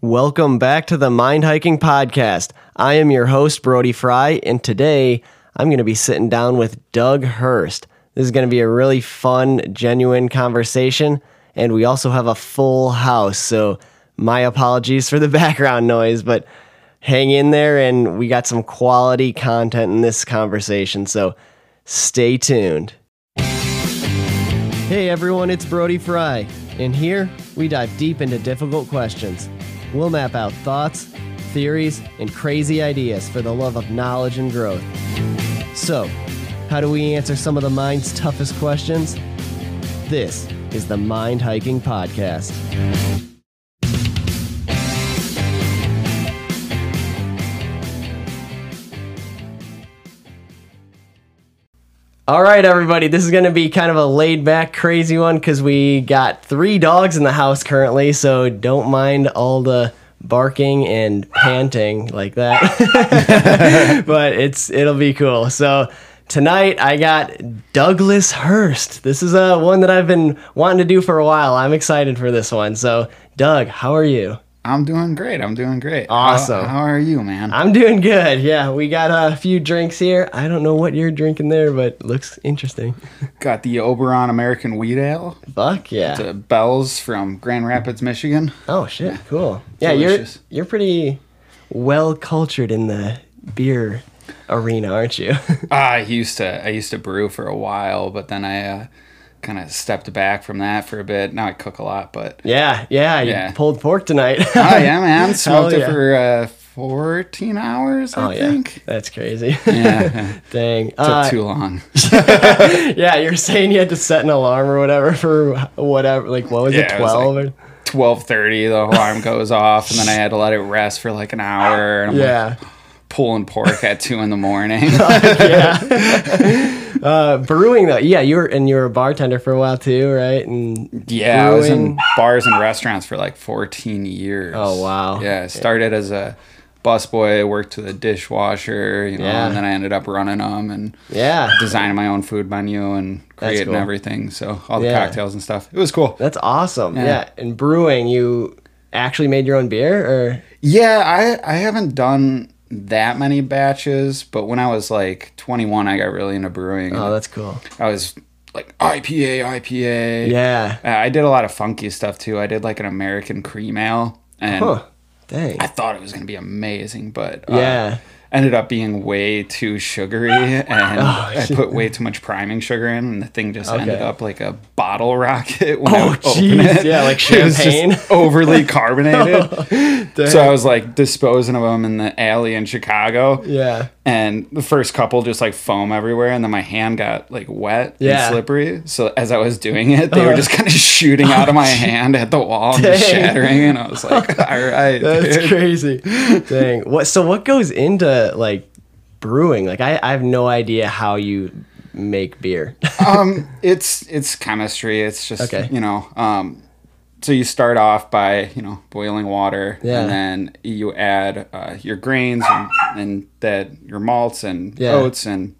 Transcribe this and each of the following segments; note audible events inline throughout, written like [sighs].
Welcome back to the Mind Hiking Podcast. I am your host, Brody Fry, and today I'm going to be sitting down with Doug Hurst. This is going to be a really fun, genuine conversation, and we also have a full house. So, my apologies for the [laughs] background noise, but hang in there, and we got some quality content in this conversation. So, stay tuned. Hey everyone, it's Brody Fry, and here we dive deep into difficult questions. We'll map out thoughts, theories, and crazy ideas for the love of knowledge and growth. So, how do we answer some of the mind's toughest questions? This is the Mind Hiking Podcast. All right, everybody, this is going to be kind of a laid back, crazy one because we got three dogs in the house currently, so don't mind all the barking and panting like that. [laughs] but it's it'll be cool. So tonight I got Douglas Hurst. This is uh, one that I've been wanting to do for a while. I'm excited for this one. So, Doug, how are you? I'm doing great. I'm doing great. How- Awesome. How, are you, man? I'm doing good. Yeah, we got a few drinks here. I don't know what you're drinking there, but looks interesting. Got the Oberon American Wheat Ale, Fuck yeah. the Bells from Grand Rapids, Michigan. Oh shit! Cool. Yeah, you're Delicious. you're pretty well cultured in the beer arena, aren't you? [laughs] Ah, I used to I used to brew for a while, but then I uh, kind of stepped back from that for a bit. Now I cook a lot, but yeah, yeah. You Yeah. pulled pork tonight. [laughs] oh yeah, man, smoked yeah. it for uh, 14 hours. I Oh, yeah, [laughs] think. that's crazy. Yeah, [laughs] took Dang. Uh, too long. yeah, you're saying you had to set an alarm or whatever for whatever. Like, what was it? Yeah, it was Twelve? [laughs] or 12:30, the alarm goes off, and then I had to let it rest for like an hour. And I'm like, yeah. pulling pork at two in [laughs] the morning. Uh, brewing though. Yeah, you were and you were a bartender for a while too, right? And Yeah, I was brewing. in bars and restaurants for like 14 years. Oh, wow. Yeah, I started as a busboy, worked to the dishwasher, you know, Yeah. and then I ended up running them and yeah. designing my own food menu and creating cool. everything. So all the Yeah. cocktails and stuff. It was cool. That's awesome. Yeah. And brewing, you actually made your own beer or Yeah, I I haven't done that many batches, but when I was like 21, I got really into brewing. Oh, that's cool. I was like IPA, IPA. Yeah. Uh, I did a lot of funky stuff too. I did like an American cream ale and Huh. Dang. I thought it was going to be amazing, but uh, Yeah. ended up being way too sugary, and I put way too much priming sugar in, and the thing just ended Okay. up like a bottle [laughs] rocket. When I Oh, would open jeez. it. Yeah, like [laughs] It was just champagne. [laughs] overly carbonated. so I was like disposing of them in the alley in Chicago. Yeah. And the first couple just like foam everywhere, and then my hand got like wet Yeah. Uh-huh. and slippery. So as I was doing it, they were just kind of shooting out of my [laughs] hand at the wall, and just Oh, Dang. shattering. And I was [laughs] like, "All right, That's [laughs] dude." crazy. Dang. What so what goes into like brewing? Like I, I have no idea how you make beer. [laughs] um, it's it's chemistry. It's just Okay. you know. Um, so you start off by you know boiling water, Yeah. and then you add uh, your grains and, and that your malts and Yeah. oats, and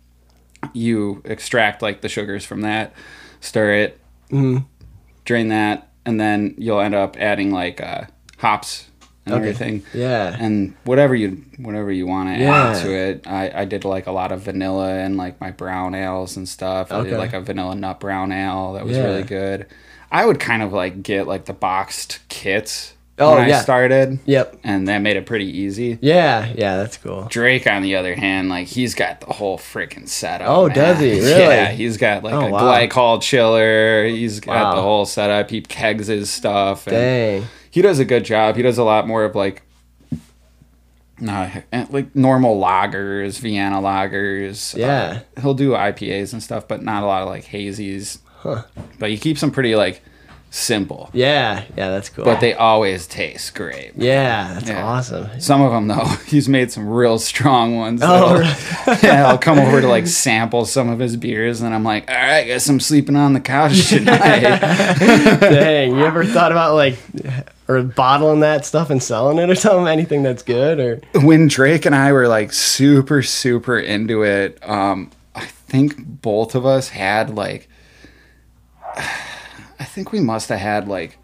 you extract like the sugars from that. Stir it, Mm-hmm. drain that, and then you'll end up adding like uh, hops and everything Yeah. and whatever you whatever you want to Yeah. add to it. I, I did like a lot of vanilla and like my brown ales and stuff. I Okay. did like a vanilla nut brown ale that was Yeah. really good. I would kind of like get like the boxed kits Oh, when yeah. I started. Yep. And that made it pretty easy. Yeah, yeah, that's cool. Drake, on the other hand, like he's got the whole freaking setup. Oh, man. does [laughs] he? Yeah, Really? he's got like Oh, a wow. glycol chiller. He's got Wow. the whole setup. He kegs his stuff. And Dang. he does a good job. He does a lot more of like, no, like normal lagers, Vienna lagers. Uh, Yeah. he'll do IPAs and stuff, but not a lot of like hazies. Huh. But he keeps them pretty like simple. Yeah, yeah, that's cool. But they always taste great. Yeah, that's Yeah. [laughs] awesome. Some of them though, he's made some real strong ones. Oh, that I'll- [laughs] yeah, I'll come over to like sample some of his beers, and I'm like, all right, guess I'm sleeping on [laughs] the couch tonight. Dang, you ever thought about like or bottling that stuff and selling it or [laughs] something? Anything that's good or when Drake and I were like super super into it, um, I think both of us had [sighs] like, I think we must have had like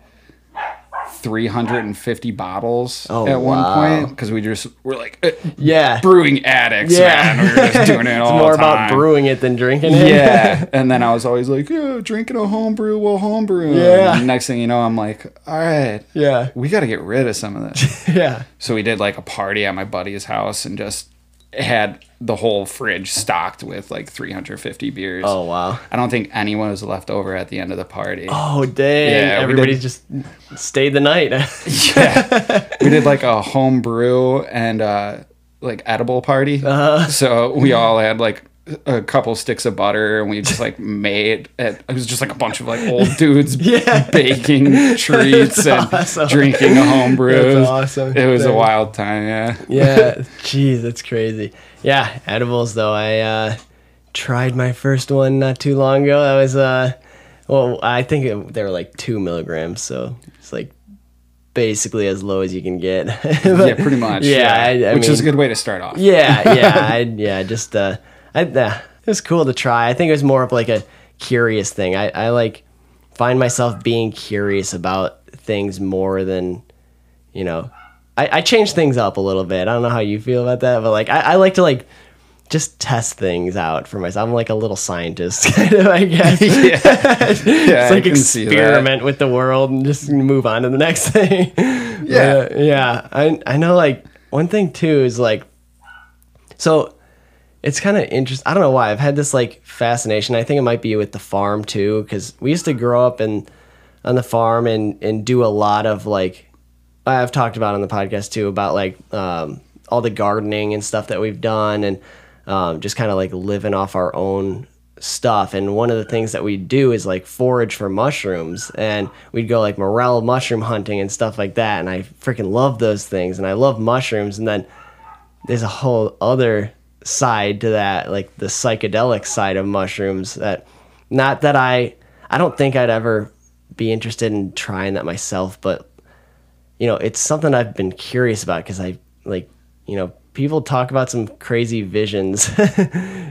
350 bottles Oh, at one wow. point because we just were like eh, Yeah. brewing addicts. Yeah. Yeah, man. we were [laughs] just doing it all it's more the time. about brewing it than drinking it. Yeah, and then I was always like, yeah, drinking a homebrew while homebrewing. Yeah. And next thing you know, I'm like, all right, [laughs] yeah. we got to get rid of some of this. Yeah. so we did like a party at my buddy's house and just had the whole fridge stocked with like 350 beers. Oh wow. I don't think anyone was left over at the end of the party. Oh dang. Yeah, we Everybody did- just stayed the night. [laughs] we did like a home brew and uh like edible party Uh-huh. so we all had like a couple sticks of butter and we [laughs] just like made it it was just like a bunch of like old dudes Yeah. [laughs] baking treats and awesome. drinking a home brew That's awesome. it was a Dang. wild time yeah yeah. Jeez, that's crazy. Yeah, edibles though. I uh, tried my first one not too long ago. That was uh, well, I think it, they were like two milligrams, so it's like basically as low as you can get. [laughs] yeah pretty much Yeah, I- I which is a mean- good way to start off Yeah, [laughs] yeah, I, yeah. Just uh, I, uh, it was cool to try. I think it was more of like a curious thing. I, I like find myself being curious about things more than you know. I, I change things up a little bit. I don't know how you feel about that, but like I, I like to like just test things out for myself. I'm like a little scientist, [laughs] kind of, I guess. [laughs] [laughs] yeah Just like I can see that. experiment with the world and just move on to the next [laughs] thing. Yeah. But, uh, yeah. I I know like one thing too is like so it's kind of interesting. I don't know why I've had this like fascination. I think it might be with the farm too cuz we used to grow up and on the farm and and do a lot of like I've talked about on the podcast too about like um, all the gardening and stuff that we've done and um, just kind of like living off our own stuff. And one of the things that we do is like forage for mushrooms and we'd go like morel mushroom hunting and stuff like that. And I freaking love those things and I love mushrooms. And then there's a whole other side to that, like the psychedelic side of mushrooms that not that I I don't think I'd ever be interested in trying that myself, but you know, it's something I've been curious about because I like, you know, people talk about some crazy visions. [laughs] Uh,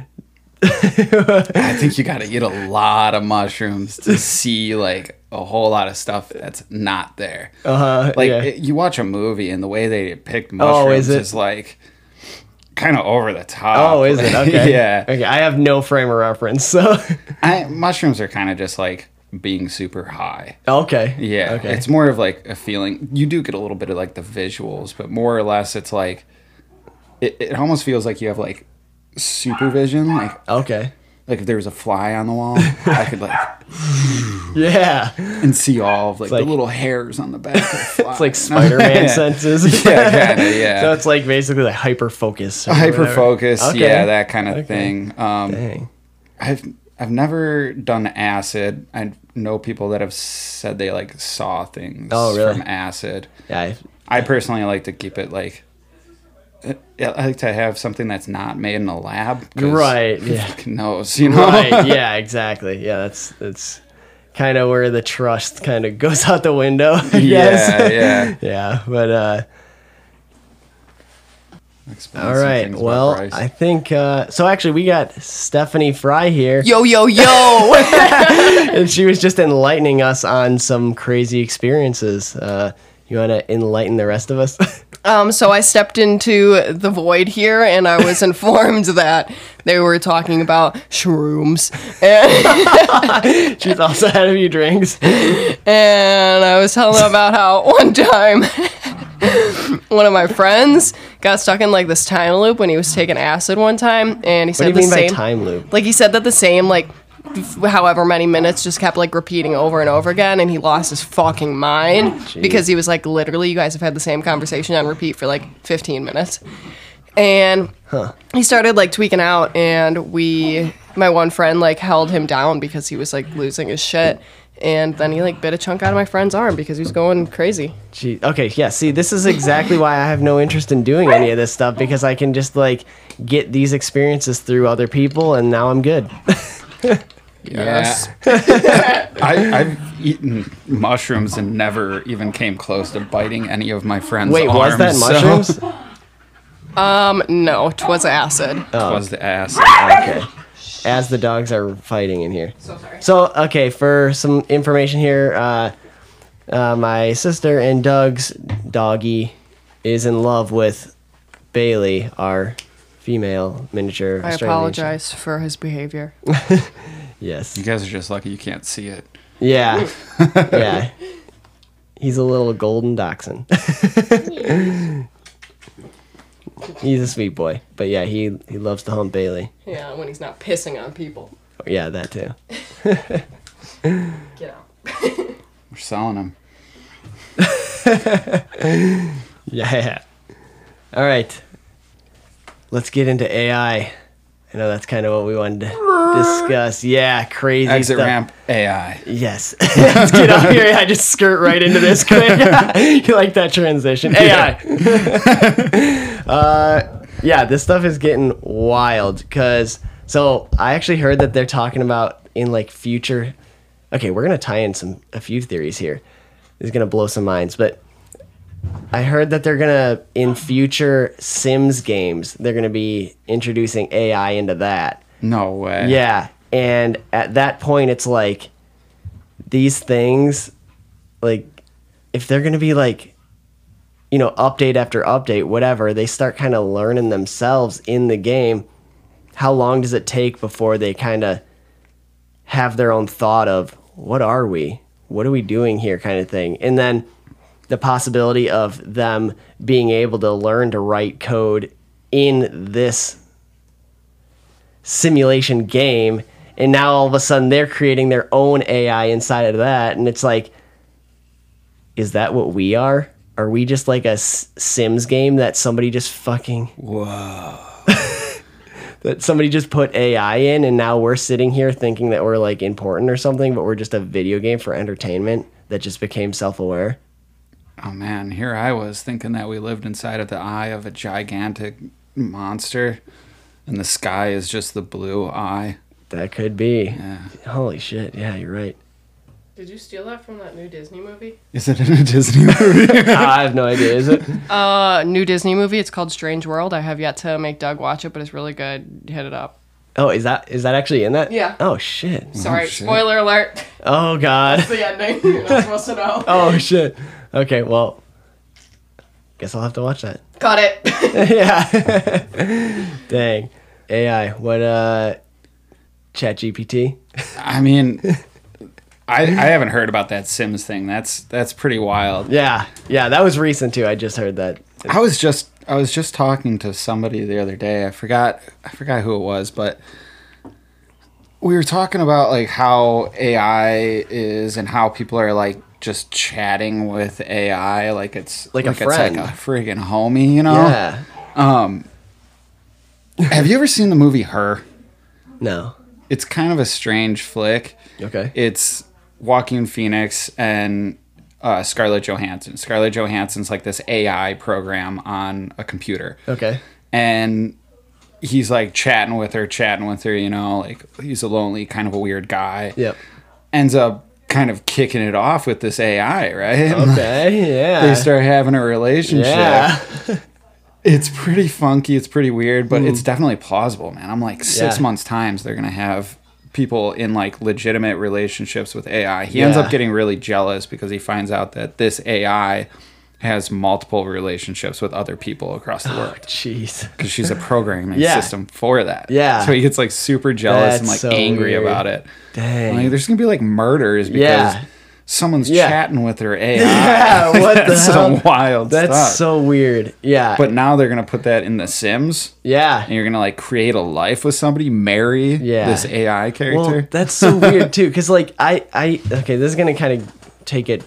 I think you got to eat a lot of mushrooms to see like a whole lot of stuff that's not there. Uh-huh, like yeah. Oh, it- you watch a movie and the way they depict mushrooms is is, it- like kind of over the top. oh, is [laughs] it? Okay. yeah. Okay. I have no frame of reference. So, [laughs] I, mushrooms are kind of just like being super high. okay. Yeah. Okay. It's more of like a feeling. You do get a little bit of like the visuals, but more or less it's like it, it almost feels like you have like supervision. Like okay. like if there was a fly on the wall, I could like [laughs] Yeah. and see all of like, like- the little hairs on the back. Of the [laughs] fly. It's like Spider [laughs] Man senses. [laughs] yeah, kind of. Yeah, So it's like basically like hyper focus. hyper focus. Okay. Yeah, that kind of thing. Um, Dang. I've I've never done acid. I know people that have said they like saw things Oh, really? from acid. Yeah. I- [laughs] I personally like to keep it like. uh, I like to have something that's not made in a lab. 'cause Right. Yeah. who Knows, you know. [laughs] right yeah exactly yeah that's that's kind of where the trust kind of [laughs] goes out the window I Yeah, guess. yeah. [laughs] yeah but uh Explain all some right things about well Bryce. i think uh so actually we got stephanie fry here yo [laughs] yo yo. and she was just enlightening us on some crazy experiences uh you want to enlighten the rest of us [laughs] Um, so I stepped into the void here, and I was informed [laughs] that they were talking about shrooms, and, she's also [laughs] had a few drinks and I was telling them about how [laughs] one time one of my friends got stuck in like this time loop when he was taking acid one time, and what do he said you the mean by same time loop like he said that the same like f- however many minutes just kept like repeating over and over again and he lost his fucking mind because he was like literally you guys have had the same conversation on repeat for like 15 minutes and he started like tweaking out and we my one friend like held him down because he was like losing his shit and then he like bit a chunk out of my friend's arm because he was going crazy Gee, okay, yeah. See, this is exactly why I have no interest in doing any of this stuff because I can just like get these experiences through other people, and now I'm good. Yes. Yeah. [laughs] I, I've eaten mushrooms and never even came close to biting any of my friends. Wait, was arms, that so- [laughs] mushrooms? um no it was acid Oh. Was the ass. Okay. As the dogs are fighting in here. So sorry. So okay, for some information here, uh, uh, my sister and Doug's doggy is in love with Bailey, our female miniature. I Australian apologize for his behavior. [laughs] miniature. Yes. You guys are just lucky you can't see it. [laughs] Yeah. yeah. He's a little golden [laughs] dachshund. He's a sweet boy. But yeah, he, he loves to hump Bailey. Yeah, when he's not pissing on people. Yeah, that too. Get out. We're selling them. Yeah. All right. Let's get into AI. I know that's kind of what we wanted to discuss. Yeah, crazy Exit stuff. ramp AI. Yes. Let's [laughs] get up here. I just skirt right into this [laughs] quick. you like that transition? AI. uh, [laughs] yeah, this stuff is getting wild because so I actually heard that they're talking about in like future. Okay, we're gonna tie in some a few theories here. This is gonna blow some minds, but I heard that they're gonna in future Sims games they're gonna be introducing AI into that. No way. Yeah. And at that point, it's like these things, like, if they're going to be like, you know, update after update, whatever, they start kind of learning themselves in the game. How long does it take before they kind of have their own thought of what are we? What are we doing here? kind of thing. And then the possibility of them being able to learn to write code in this simulation game and now all of a sudden they're creating their own AI inside of that and it's like is that what we are? Are we just like a S- Sims game that somebody just fucking whoa that somebody just put AI in and now we're sitting here thinking that we're like important or something but we're just a video game for entertainment that just became self-aware? Oh man, here I was thinking that we lived inside of the eye of a gigantic monster, and the sky is just the blue eye. That could be. Yeah. Holy shit. Yeah, you're right. [laughs] Did you steal that from that new Disney movie? Is it in a Disney movie? I have no idea, is it? Uh, new Disney movie. It's called Strange World. I have yet to make Doug watch it, but it's really good. Hit it up. Oh, is that is that actually in that? Yeah. Oh shit. Sorry, shit. spoiler alert. [laughs] Oh god. the [laughs] ending. You're not supposed to know. [laughs] Oh shit. Okay, well, guess I'll have to watch that. Got it. yeah. Dang. AI. What? Uh. ChatGPT. I mean, I, I haven't heard about that Sims thing. That's that's pretty wild. Yeah. Yeah. That was recent too. I just heard that. I was just I was just talking to somebody the other day. I forgot I forgot who it was, but we were talking about like how AI is and how people are like just chatting with AI like it's Like a it's friend. like a friggin' homie, you know? Yeah. Have you ever seen the movie Her? No. It's kind of a strange flick. Okay. It's Joaquin Phoenix and uh, Scarlett Johansson. Scarlett Johansson's like this AI program on a computer. okay. and he's like chatting with her, chatting with her, you know, like he's a lonely kind of a weird guy. Yep. Ends up kind of kicking it off with this AI, right? Okay. Yeah. [laughs] They start having a relationship. yeah. It's pretty funky, it's pretty weird, but it's definitely plausible, man. I'm like six Hmm. Yeah. months times they're gonna have people in like legitimate relationships with AI. He ends Yeah. up getting really jealous because he finds out that this AI has multiple relationships with other people across the world [sighs] Jeez. because she's a programming Yeah. system for that. Yeah. So he gets like super jealous and like That's so angry weird. about it. Dang. Like, there's gonna be like murders because Yeah. someone's Yeah. chatting [laughs] with her AI. Yeah, [laughs] what the That's hell? some wild That's stuff. so weird. Yeah. but now they're gonna put that in The Sims, yeah. and you're gonna like create a life with somebody, marry Yeah. this AI Well, character. that's so weird too, because like I, I okay, this is gonna kind of take it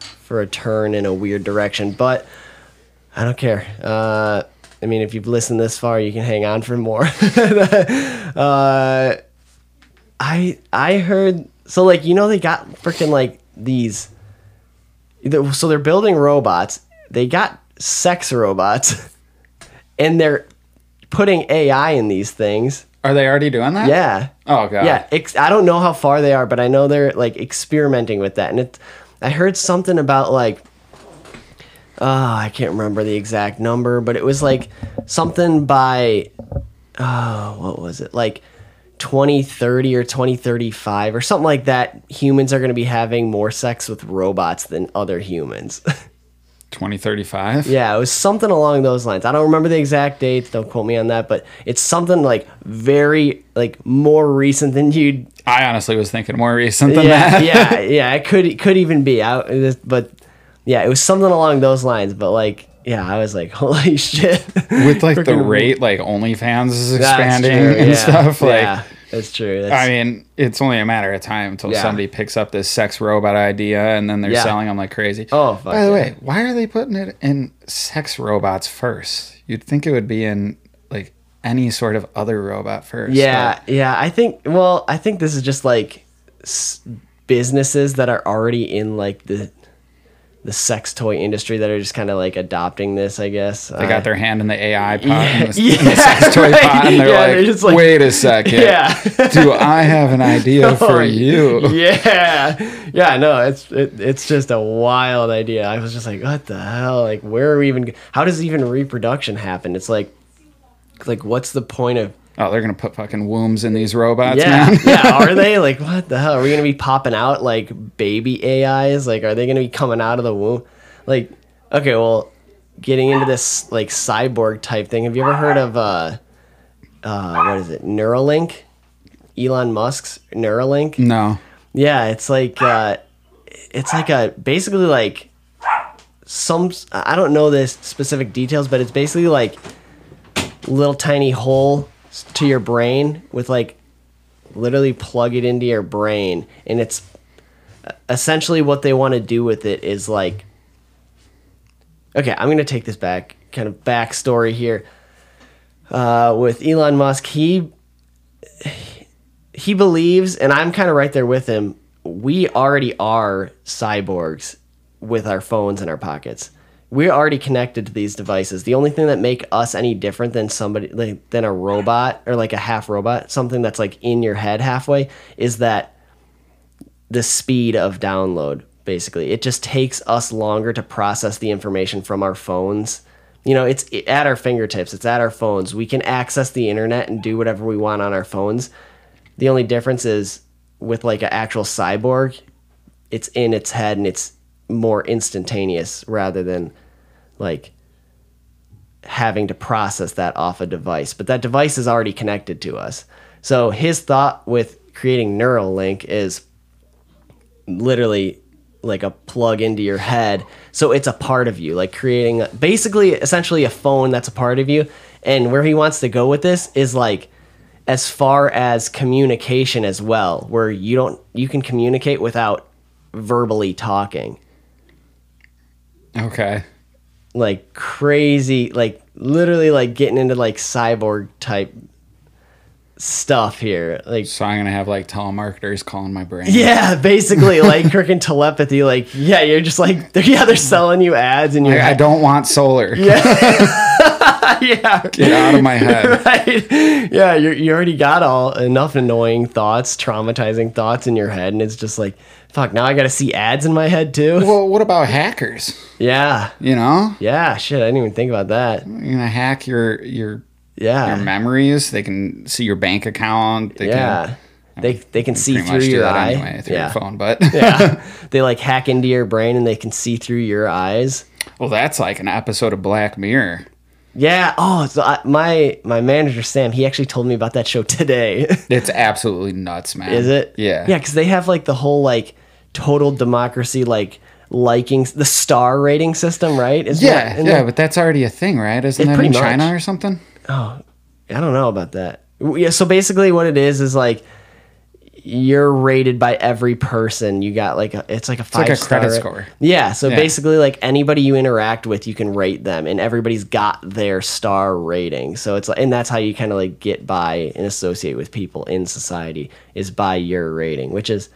for a turn in a weird direction, but I don't care. Uh, I mean, if you've listened this far, you can hang on for more. [laughs] uh, I I heard so like you know they got freaking like these. they're- So they're building robots. They got sex robots, [laughs] and they're putting AI in these things. Are they already doing that? Yeah. Oh god. Yeah, ex- I don't know how far they are, but I know they're like experimenting with that. And it, I heard something about like, oh, I can't remember the exact number, but it ah, was like something by, oh, what was it? Like 2030 or 2035 or something like that, humans are going to be having more sex with robots than other humans. [laughs] 2035. yeah, it was something along those lines. I don't remember the exact dates. Don't quote me on that, but it's something like very like more recent than you'd. I honestly was thinking more recent than Yeah, that. [laughs] [laughs] yeah, yeah. It could it could even be out, but yeah, it was something along those lines. But like, yeah, I was like, [laughs] holy shit. With like the Freaking- rate, like OnlyFans is That's expanding true, and yeah, stuff. Like, yeah, that's true. That's, I mean, it's only a matter of time until Yeah. somebody picks up this sex robot idea and then they're Yeah. selling them like crazy. Oh, fuck by the yeah. way, why are they putting it in sex robots first? You'd think it would be in like any sort of other robot first. Yeah, but yeah. I think. Well, I think this is just like s- businesses that are already in like the the sex toy industry that are just kind of like adopting this. I guess They got their hand in the AI pot and [laughs] the, Yeah, and the sex [laughs] toy right. pot, and they're, Yeah, like, they're just like- wait a second. Yeah. Oh, Do I have [laughs] an idea for [laughs] you? Yeah, yeah. No, it's it, it's just a wild idea. I was just like, what the hell? Like, where are we even? g- How does even reproduction happen? It's like, like, what's the point of? Oh, they're going to put fucking wombs in these robots, Yeah, man. [laughs] yeah. Are they like what the hell? Are we gonna be popping out like baby AIs? Like, are they gonna be coming out of the womb? Like, okay, well, getting into this like cyborg type thing. Have you ever heard of uh, uh, what is it? Neuralink, Elon Musk's Neuralink. No. Yeah, it's like uh, it's like a basically like some I don't know the specific details, but it's basically like little tiny hole s- to your brain with like literally plug it into your brain, and it's e, essentially what they want to do with it is like okay, I'm gonna take this back kind of backstory here. Uh, with Elon Musk, he he believes, and I'm kind of right there with him. We already are cyborgs with our phones in our pockets. We're already connected to these devices. The only thing that make us any different than somebody like, than a robot or like a half robot, something that's like in your head halfway, is that the speed of download. Basically, it just takes us longer to process the information from our phones. You know, it's at our fingertips. It's at our phones. We can access the internet and do whatever we want on our phones. The only difference is with like an actual cyborg, it's in its head and it's more instantaneous rather than like having to process that off a device. But that device is already connected to us. So his thought with creating Neuralink is literally like a plug into your head. So it's a part of you, like creating basically essentially a phone that's a part of you. And where he wants to go with this is like as far as communication as well, where you don't you can communicate without verbally talking. Okay. Like crazy, like literally like getting into like cyborg type stuff here. Like So I'm going to have like telemarketers calling my brain. Yeah, [laughs] basically like [laughs] freaking telepathy. Like, yeah, you're just like, [laughs] they're, yeah, they're selling you ads and you're Like, I don't want solar. [laughs] yeah, Get out of my [laughs] head. right. Yeah, you you already got all enough annoying thoughts, traumatizing thoughts in your head, and it's just like, fuck. Now I got to see ads in my head too. well, what about hackers? Yeah, You know, yeah. Shit, I didn't even think about that. you're gonna hack your your your Yeah, memories. They can see your bank account. They yeah. They they can see can through pretty much do your that eye. anyway through yeah, your phone. But [laughs] yeah. They like hack into your brain and they can see through your eyes. [laughs] well, that's like an episode of Black Mirror. Yeah. Oh, so I, my my manager Sam, he actually told me about that show today. [laughs] It's absolutely nuts, man. Is it? Yeah. Yeah, because they have like the whole like total democracy like liking the star rating system, right? Isn't Yeah, that- isn't yeah, that- but that's already a thing, right? Isn't It that pretty in much. China or something? I don't know about that. W- Yeah. So basically, what it is is like you're rated by every person. You got like a, it's like a five like a star credit ra- score. Yeah. So Yeah. basically, like anybody you interact with, you can rate them, and everybody's got their star rating. So it's like, and that's how you kind of like get by and associate with people in society is by your rating, which is.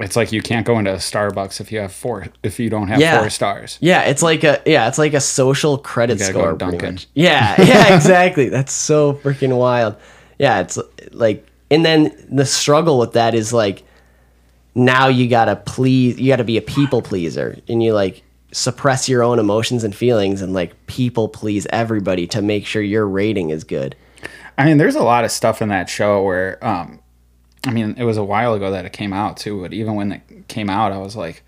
It's like you can't go into a Starbucks if you have four if you don't have Yeah. four stars. Yeah, it's like a yeah, it's like a social credit gotta go score. to pretty Dunkin'. much. Yeah, [laughs] yeah, exactly. That's so freaking wild. Yeah, it's like, and then the struggle with that is like, now you gotta please, you gotta be a people pleaser, and you like suppress your own emotions and feelings, and like people please everybody to make sure your rating is good. I mean, there's a lot of stuff in that show where um, I mean, it was a while ago that it came out too, but even when it came out, I was like,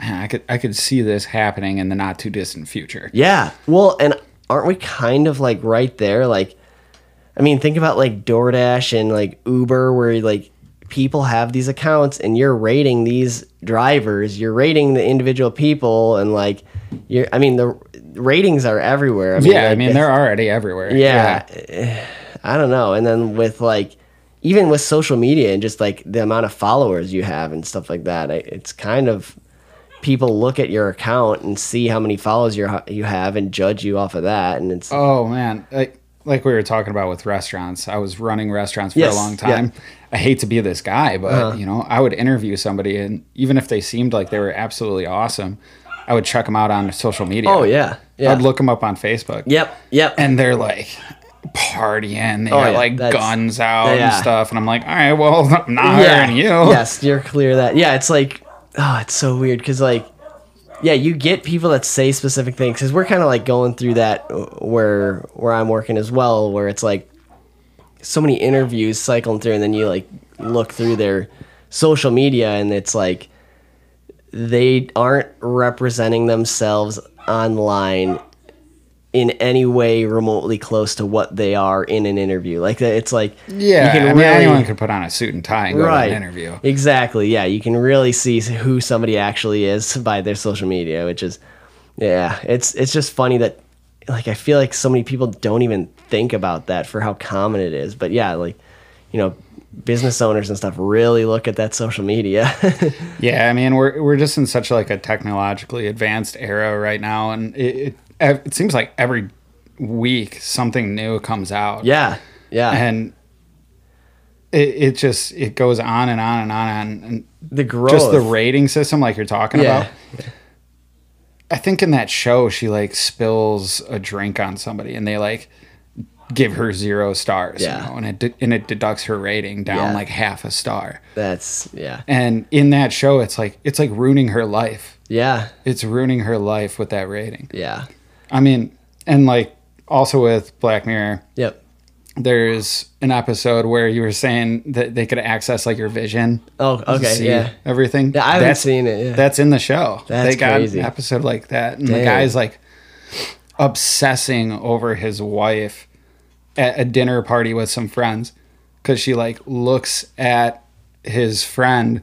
man, I could I could see this happening in the not too distant future. Yeah. Well, and aren't we kind of like right there? Like, I mean, think about like DoorDash and like Uber, where like people have these accounts and you're rating these drivers, you're rating the individual people, and like, you're, I mean, the ratings are everywhere. I mean, Yeah, I like, mean, they're already everywhere. yeah, I don't know. And then with like, even with social media and just like the amount of followers you have and stuff like that, I- it's kind of people look at your account and see how many follows you you have and judge you off of that. And it's Oh man, like like we were talking about with restaurants. I was running restaurants for Yes, a long yeah. Uh-huh. time. I hate to be this guy, but you know, I would interview somebody, and even if they seemed like they were absolutely awesome, I would check them out on social media. oh yeah, yeah, I'd look them up on Facebook. yep, yep. and they're like partying. They got yeah, like that's- guns out and yeah. stuff, and I'm like, all right, well, [laughs] I'm not hiring you. Yes, you're clear of that. Yeah, it's like, oh, it's so weird because like, yeah, you get people that say specific things because we're kind of like going through that uh, where where I'm working as well, where it's like so many interviews cycling through, and then you like look through their social media, and it's like they aren't representing themselves online in any way remotely close to what they are in an interview like it's like Yeah, you can I mean, really- anyone could put on a suit and tie and go right to an interview. exactly yeah you can really see who somebody actually is [laughs] by their social media which is yeah it's it's just funny that like i feel like so many people don't even think about that for how common it is but yeah like you know business owners and stuff really look at that social media [laughs] Yeah, I mean, we're we're just in such like a technologically advanced era right now, and it it, it seems like every week something new comes out. yeah yeah and. It, it just it goes on and on and on and, and the growth just the rating system like you're talking Yeah. about i think in that show she like spills a drink on somebody and they like give her zero stars Yeah. you know, and it de- and it deducts her rating down Yeah. like half a star that's yeah and in that show it's like it's like ruining her life yeah it's ruining her life with that rating yeah i mean and like also with black mirror yep there's an episode where you were saying that they could access like your vision oh okay see yeah everything. Yeah, I haven't seen it, yeah. That's in the show. That's they got crazy. an episode like that, and Dang. the guy's like obsessing over his wife at a dinner party with some friends because she like looks at his friend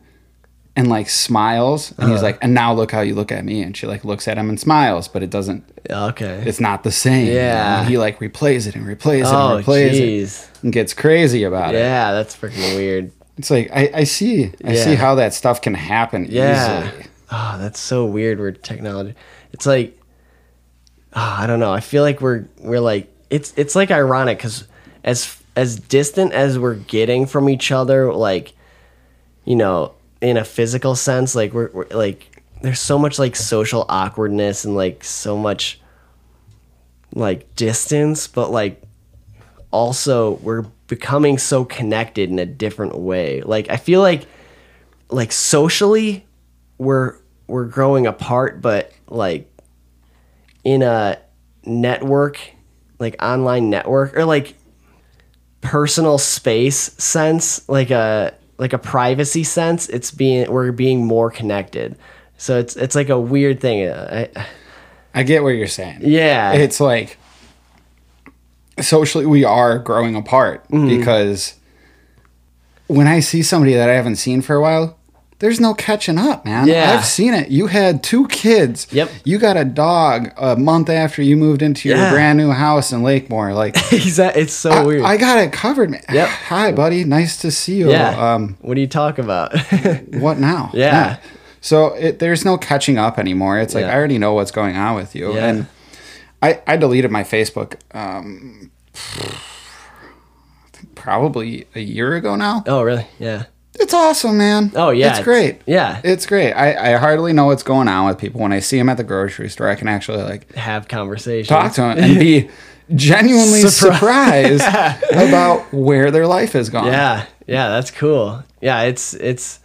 and like smiles, and Uh-huh. he's like, "And now look how you look at me," and she like looks at him and smiles, but it doesn't. okay It's not the same. you know? Yeah. he like replays it and replays it oh and replays jeez it and gets crazy about it. yeah that's freaking weird It's like I, I see I Yeah. see how that stuff can happen Yeah. easily. Oh, that's so weird. We're technology. It's like ah, I don't know. I feel like we're we're like it's it's like ironic because as as distant as we're getting from each other, like you know, in a physical sense, like we're, we're like there's so much like social awkwardness and like so much like distance, but like also we're becoming so connected in a different way. Like I feel like like socially we're we're growing apart but like in a network like online network or like personal space sense like a like a privacy sense it's being we're being more connected so it's it's like a weird thing Uh, I, I get what you're saying. yeah [laughs] It's like socially we are growing apart Mm. because when I see somebody that I haven't seen for a while, there's no catching up, man. Yeah. I've seen it. You had two kids. Yep. You got a dog a month after you moved into your Yeah. brand new house in Lakemore. [laughs] Like Exa- it's so I, weird I got it covered, man. Yep. Hi, buddy. Nice to see you. yeah Um what do you talk about [laughs] what now? Yeah. So it, there's no catching up anymore. It's like Yeah. I already know what's going on with you, Yeah. and I, I deleted my Facebook, um, I think probably a year ago now. oh really yeah It's awesome, man. Oh, yeah, it's it's- great. yeah. it's great. I, I hardly know what's going on with people when I see them at the grocery store. I can actually like have conversations talk to them [laughs] and be genuinely Surprised. [laughs] surprised about where their life has gone. Yeah, yeah, that's cool. Yeah, it's it's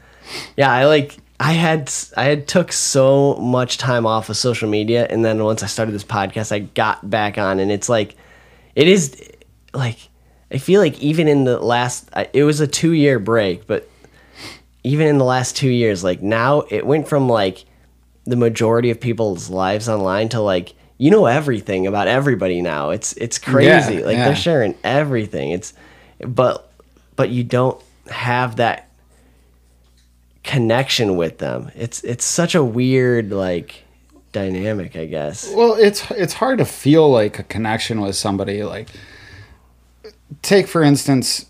yeah, I like I had I had took so much time off of social media and then once I started this podcast, I got back on and it's like it is like I feel like even in the last, I- it was a two year break, but even in the last two years, like now it went from like the majority of people's lives online to like you know everything about everybody now. It's it's crazy. like yeah. they're sharing everything. It's but but you don't have that connection with them. It's it's such a weird like dynamic, I guess. Well, it's it's hard to feel like a connection with somebody. Like, take for instance,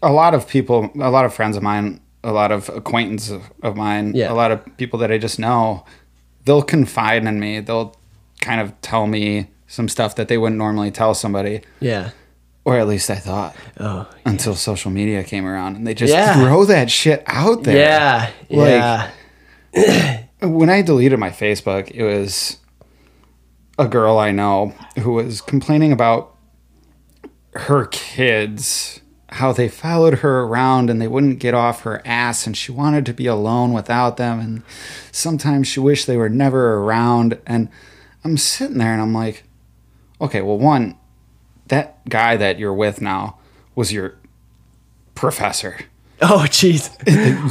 a lot of people, a lot of friends of mine, a lot of acquaintances of, of mine, Yeah. a lot of people that I just know, they'll confide in me. They'll kind of tell me some stuff that they wouldn't normally tell somebody, Yeah. or at least I thought. Oh. Until social media came around, and they just Yeah. throw that shit out there. Yeah. Like- yeah. when I deleted my Facebook, it was a girl I know who was complaining about her kids, how they followed her around and they wouldn't get off her ass, and she wanted to be alone without them. And sometimes she wished they were never around. And I'm sitting there and I'm like, okay, well, one, that guy that you're with now was your professor Oh jeez.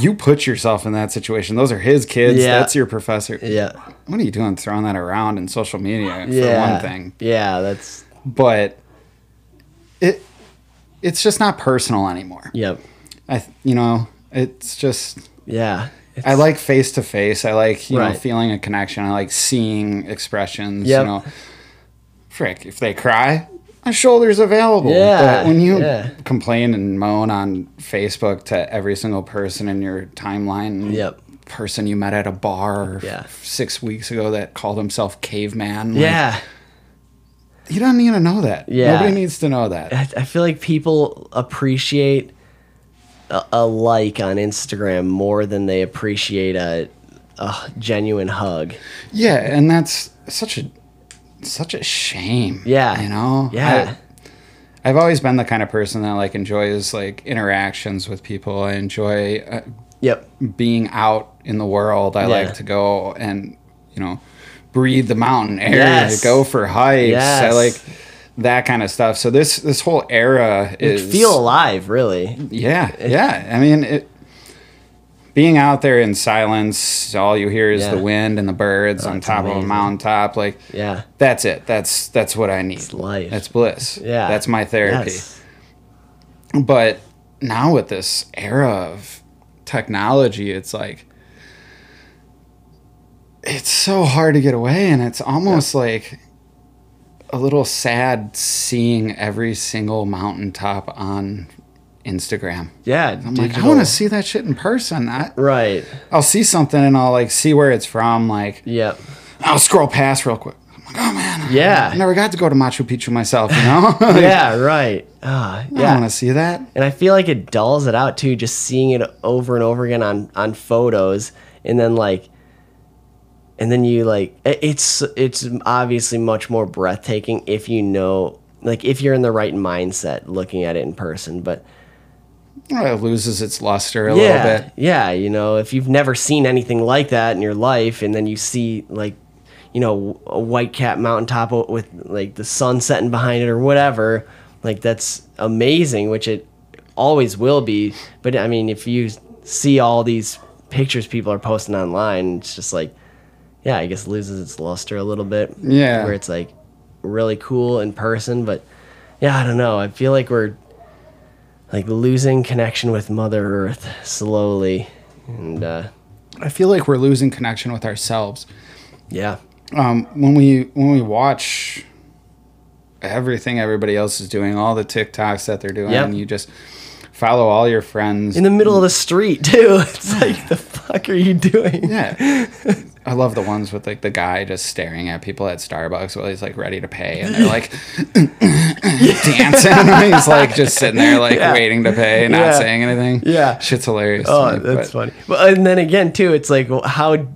[laughs] you put yourself in that situation. Those are his kids. Yeah. That's your professor. Yeah. What are you doing throwing that around in social media for yeah. one thing? Yeah, that's But it it's just not personal anymore. yep. I th- you know, it's just Yeah. I like face to face. I like, you know, Right. feeling a connection. I like seeing expressions, Yep. you know. Frick, if they cry, my shoulder's available. Yeah, But when you yeah. complain and moan on Facebook to every single person in your timeline, Yep. person you met at a bar Yeah. six weeks ago that called himself Caveman, like, Yeah. you don't need to know that. Yeah. Nobody needs to know [laughs] that. I, I feel like people appreciate a, a like on Instagram more than they appreciate a, a genuine hug. Yeah, and that's such a such a shame. Yeah. You know? Yeah. I, have always been the kind of person that like enjoys like interactions with people. I enjoy uh, Yep. being out in the world. Yeah. I like to go and, you know, breathe the mountain air, Yes. go for hikes. I Yes. like that kind of stuff. So this this whole era You is feel alive, really. yeah, yeah. I mean, it, being out there in silence, all you hear is Yeah. the wind and the birds on it's top of a amazing. mountaintop. Like, Yeah. that's it. That's that's what I need. life. That's bliss. Yeah. that's my therapy. Yes. But now with this era of technology, it's like it's so hard to get away, and it's almost like a little sad seeing every single mountaintop on Instagram. Yeah. I'm like, I digital. want to see that shit in person. I, Right. I'll see something and I'll like see where it's from. Like, Yep. I'll scroll past real quick. I'm like, oh man, I Yeah. [sighs] never got to go to Machu Picchu myself. [laughs] You know, Like, Yeah. Right. Ah. I yeah. want to see that. and I feel like it dulls it out too, just seeing it over and over again on on photos, and then like, and then you like, it- it's it's obviously much more breathtaking if you know, like, if you're in the right mindset looking at it in person. But Well, It loses its luster a yeah, little bit. yeah, you know, if you've never seen anything like that in your life, and then you see like, you know, a white cap mountaintop o- with like the sun setting behind it or whatever, like that's amazing, which it always will be. But I mean, if you see all these pictures people are posting online, it's just like, yeah, I guess loses its luster a little bit. Yeah. where it's like really cool in person, but yeah, I don't know. I feel like we're like losing connection with Mother Earth slowly, and uh, I feel like we're losing connection with ourselves yeah, um, when we when we watch everything everybody else is doing, all the TikToks that they're doing, Yep. and you just follow all your friends. in the middle of the street [laughs] too. It's like the fuck are you doing? yeah, I love the ones with like the guy just staring at people at Starbucks while he's like ready to pay, and [laughs] they're like dancing. and he's like just sitting there like waiting to pay, not Yeah. saying anything. Yeah. shit's hilarious. to Oh, me, that's but- funny. Well, and then again, too, it's like wh- how.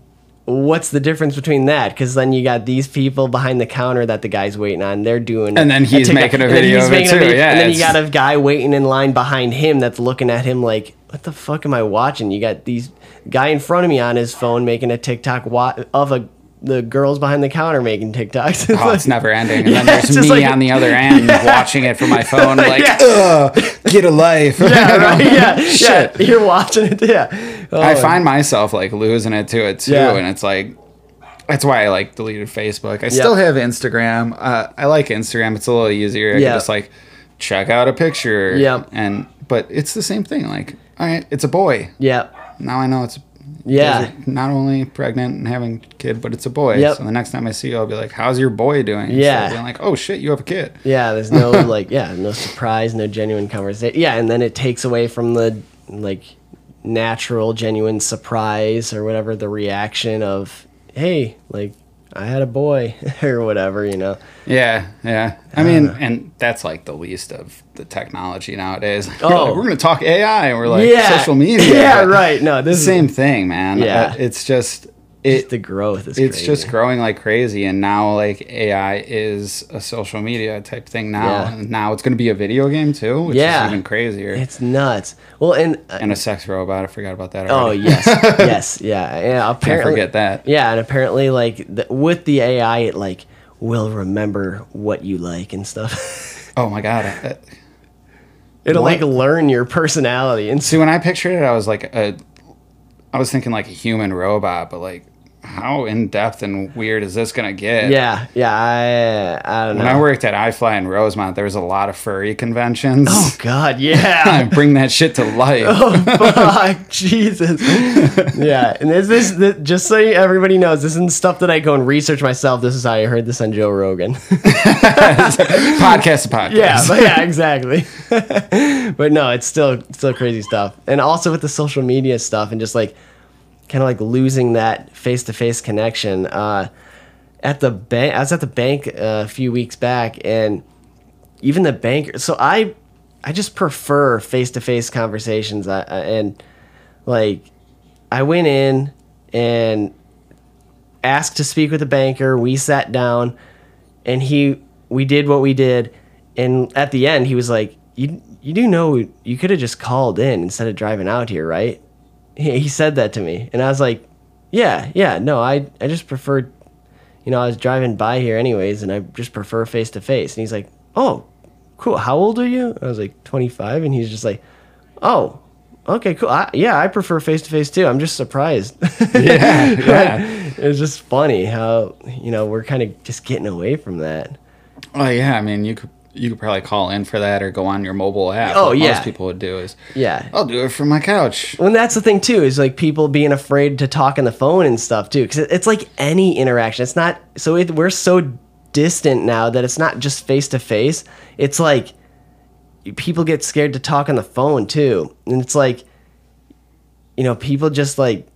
What's the difference between that? Because then you got these people behind the counter that the guy's waiting on. They're doing, And then he's TikTok, making a and then video he's of it making a too, video- yeah, and then you it's- got a guy waiting in line behind him that's looking at him like, "What the fuck am I watching?" You got these guy in front of me on his phone making a TikTok wa- of a the girls behind the counter making TikToks. [laughs] Oh, it's never ending. And then Yeah, it's there's just me like- [laughs] on the other end watching it from my phone, like, Yeah. ugh, get a life. yeah, [laughs] right? yeah, Shit. yeah. You're watching it. Yeah. Oh, I find myself like losing it to it too, Yeah. and it's like that's why I like deleted Facebook. I still have Instagram. Uh, I like Instagram. It's a little easier. I Yeah. can just like check out a picture. Yeah. And but it's the same thing. Like, all right, it's a boy. yeah. Now I know it's Yeah. it's not only pregnant and having a kid, but it's a boy. Yep. So the next time I see you, I'll be like, "How's your boy doing?" Yeah. Instead of being like, "Oh shit, you have a kid." Yeah, there's [laughs] no like, yeah, no surprise, no genuine conversation. Yeah, and then it takes away from the like natural, genuine surprise or whatever the reaction of, hey, like I had a boy [laughs] or whatever, you know. Yeah, yeah. I mean, and that's like the least of the technology nowadays. [laughs] We're Oh. like, we're gonna talk AI. and We're like yeah, social [laughs] media. Yeah, but right. No, this It's the same thing, man. Yeah. Uh, it's just it. is the growth is. it's just crazy. growing like crazy, and now like AI is a social media type thing now. Yeah. And now it's gonna be a video game too, which Yeah. is even crazier. It's nuts. Well, and uh, and a sex robot. I forgot about that. oh [laughs] Already. yes, yes, yeah, yeah. Can't Apparently, forget that. Yeah, and apparently, like th- with the AI, it like will remember what you like and stuff. [laughs] Oh my god. Uh, It'll What? like learn your personality and See, when I pictured it, I was like a, I was thinking like a human robot, but like, how in depth and weird is this gonna get? Yeah, yeah, I, I don't know. [laughs] When I worked at iFly in Rosemont, there was a lot of furry conventions. oh God, yeah. [laughs] [laughs] Oh, I bring that shit to life. Fuck, Jesus. Yeah, and this is this, just so everybody knows. This isn't stuff that I go and research myself. This is how I heard this on Joe Rogan. [laughs] [laughs] podcast to podcast. yeah, [laughs] but [laughs] yeah, exactly. [laughs] but no, it's still still crazy stuff. And also with the social media stuff and just like kind of like losing that face to face connection. Uh, at the bank, I was at the bank uh, a few weeks back, and even the banker. So I, I just prefer face to face conversations. I, I- and like, I went in and asked to speak with the banker. We sat down, and he, we did what we did, and at the end, he was like, "You, you do know you could have just called in instead of driving out here, right?" He, he said that to me, and I was like, "Yeah, yeah, no, I, I just prefer." You know, I was driving by here anyways, and I just prefer face to face. And he's like, "Oh, cool. How old are you?" I was like, "25," and he's just like, "Oh, okay, cool. I, yeah, I prefer face to face too. I'm just surprised." [laughs] yeah, yeah. it's just funny how you know we're kind of just getting away from that. Oh yeah. I mean, you could you could probably call in for that or go on your mobile app. Oh, What yeah. Most people would do is, Yeah. I'll do it from my couch. Well, and that's the thing too is like people being afraid to talk on the phone and stuff too because it's like any interaction. It's not so it, we're so distant now that it's not just face to face. It's like people get scared to talk on the phone too, and it's like you know people just like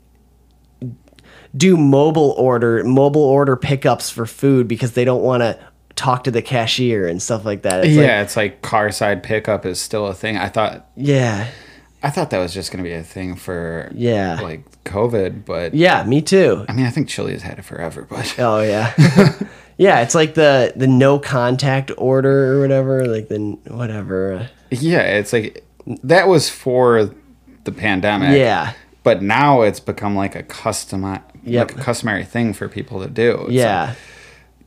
do mobile order mobile order pickups for food because they don't want to talk to the cashier and stuff like that. It's yeah, like, it's like car side pickup is still a thing. I thought yeah. I thought that was just gonna be a thing for Yeah. like COVID, but Yeah, me too. I mean, I think Chile has had it forever, but Oh yeah, yeah. It's like the the no contact order or whatever, like the n- whatever. [laughs] yeah, it's like that was for the pandemic. Yeah. But now it's become like a custom Yep. like a customary thing for people to do. It's like, Yeah,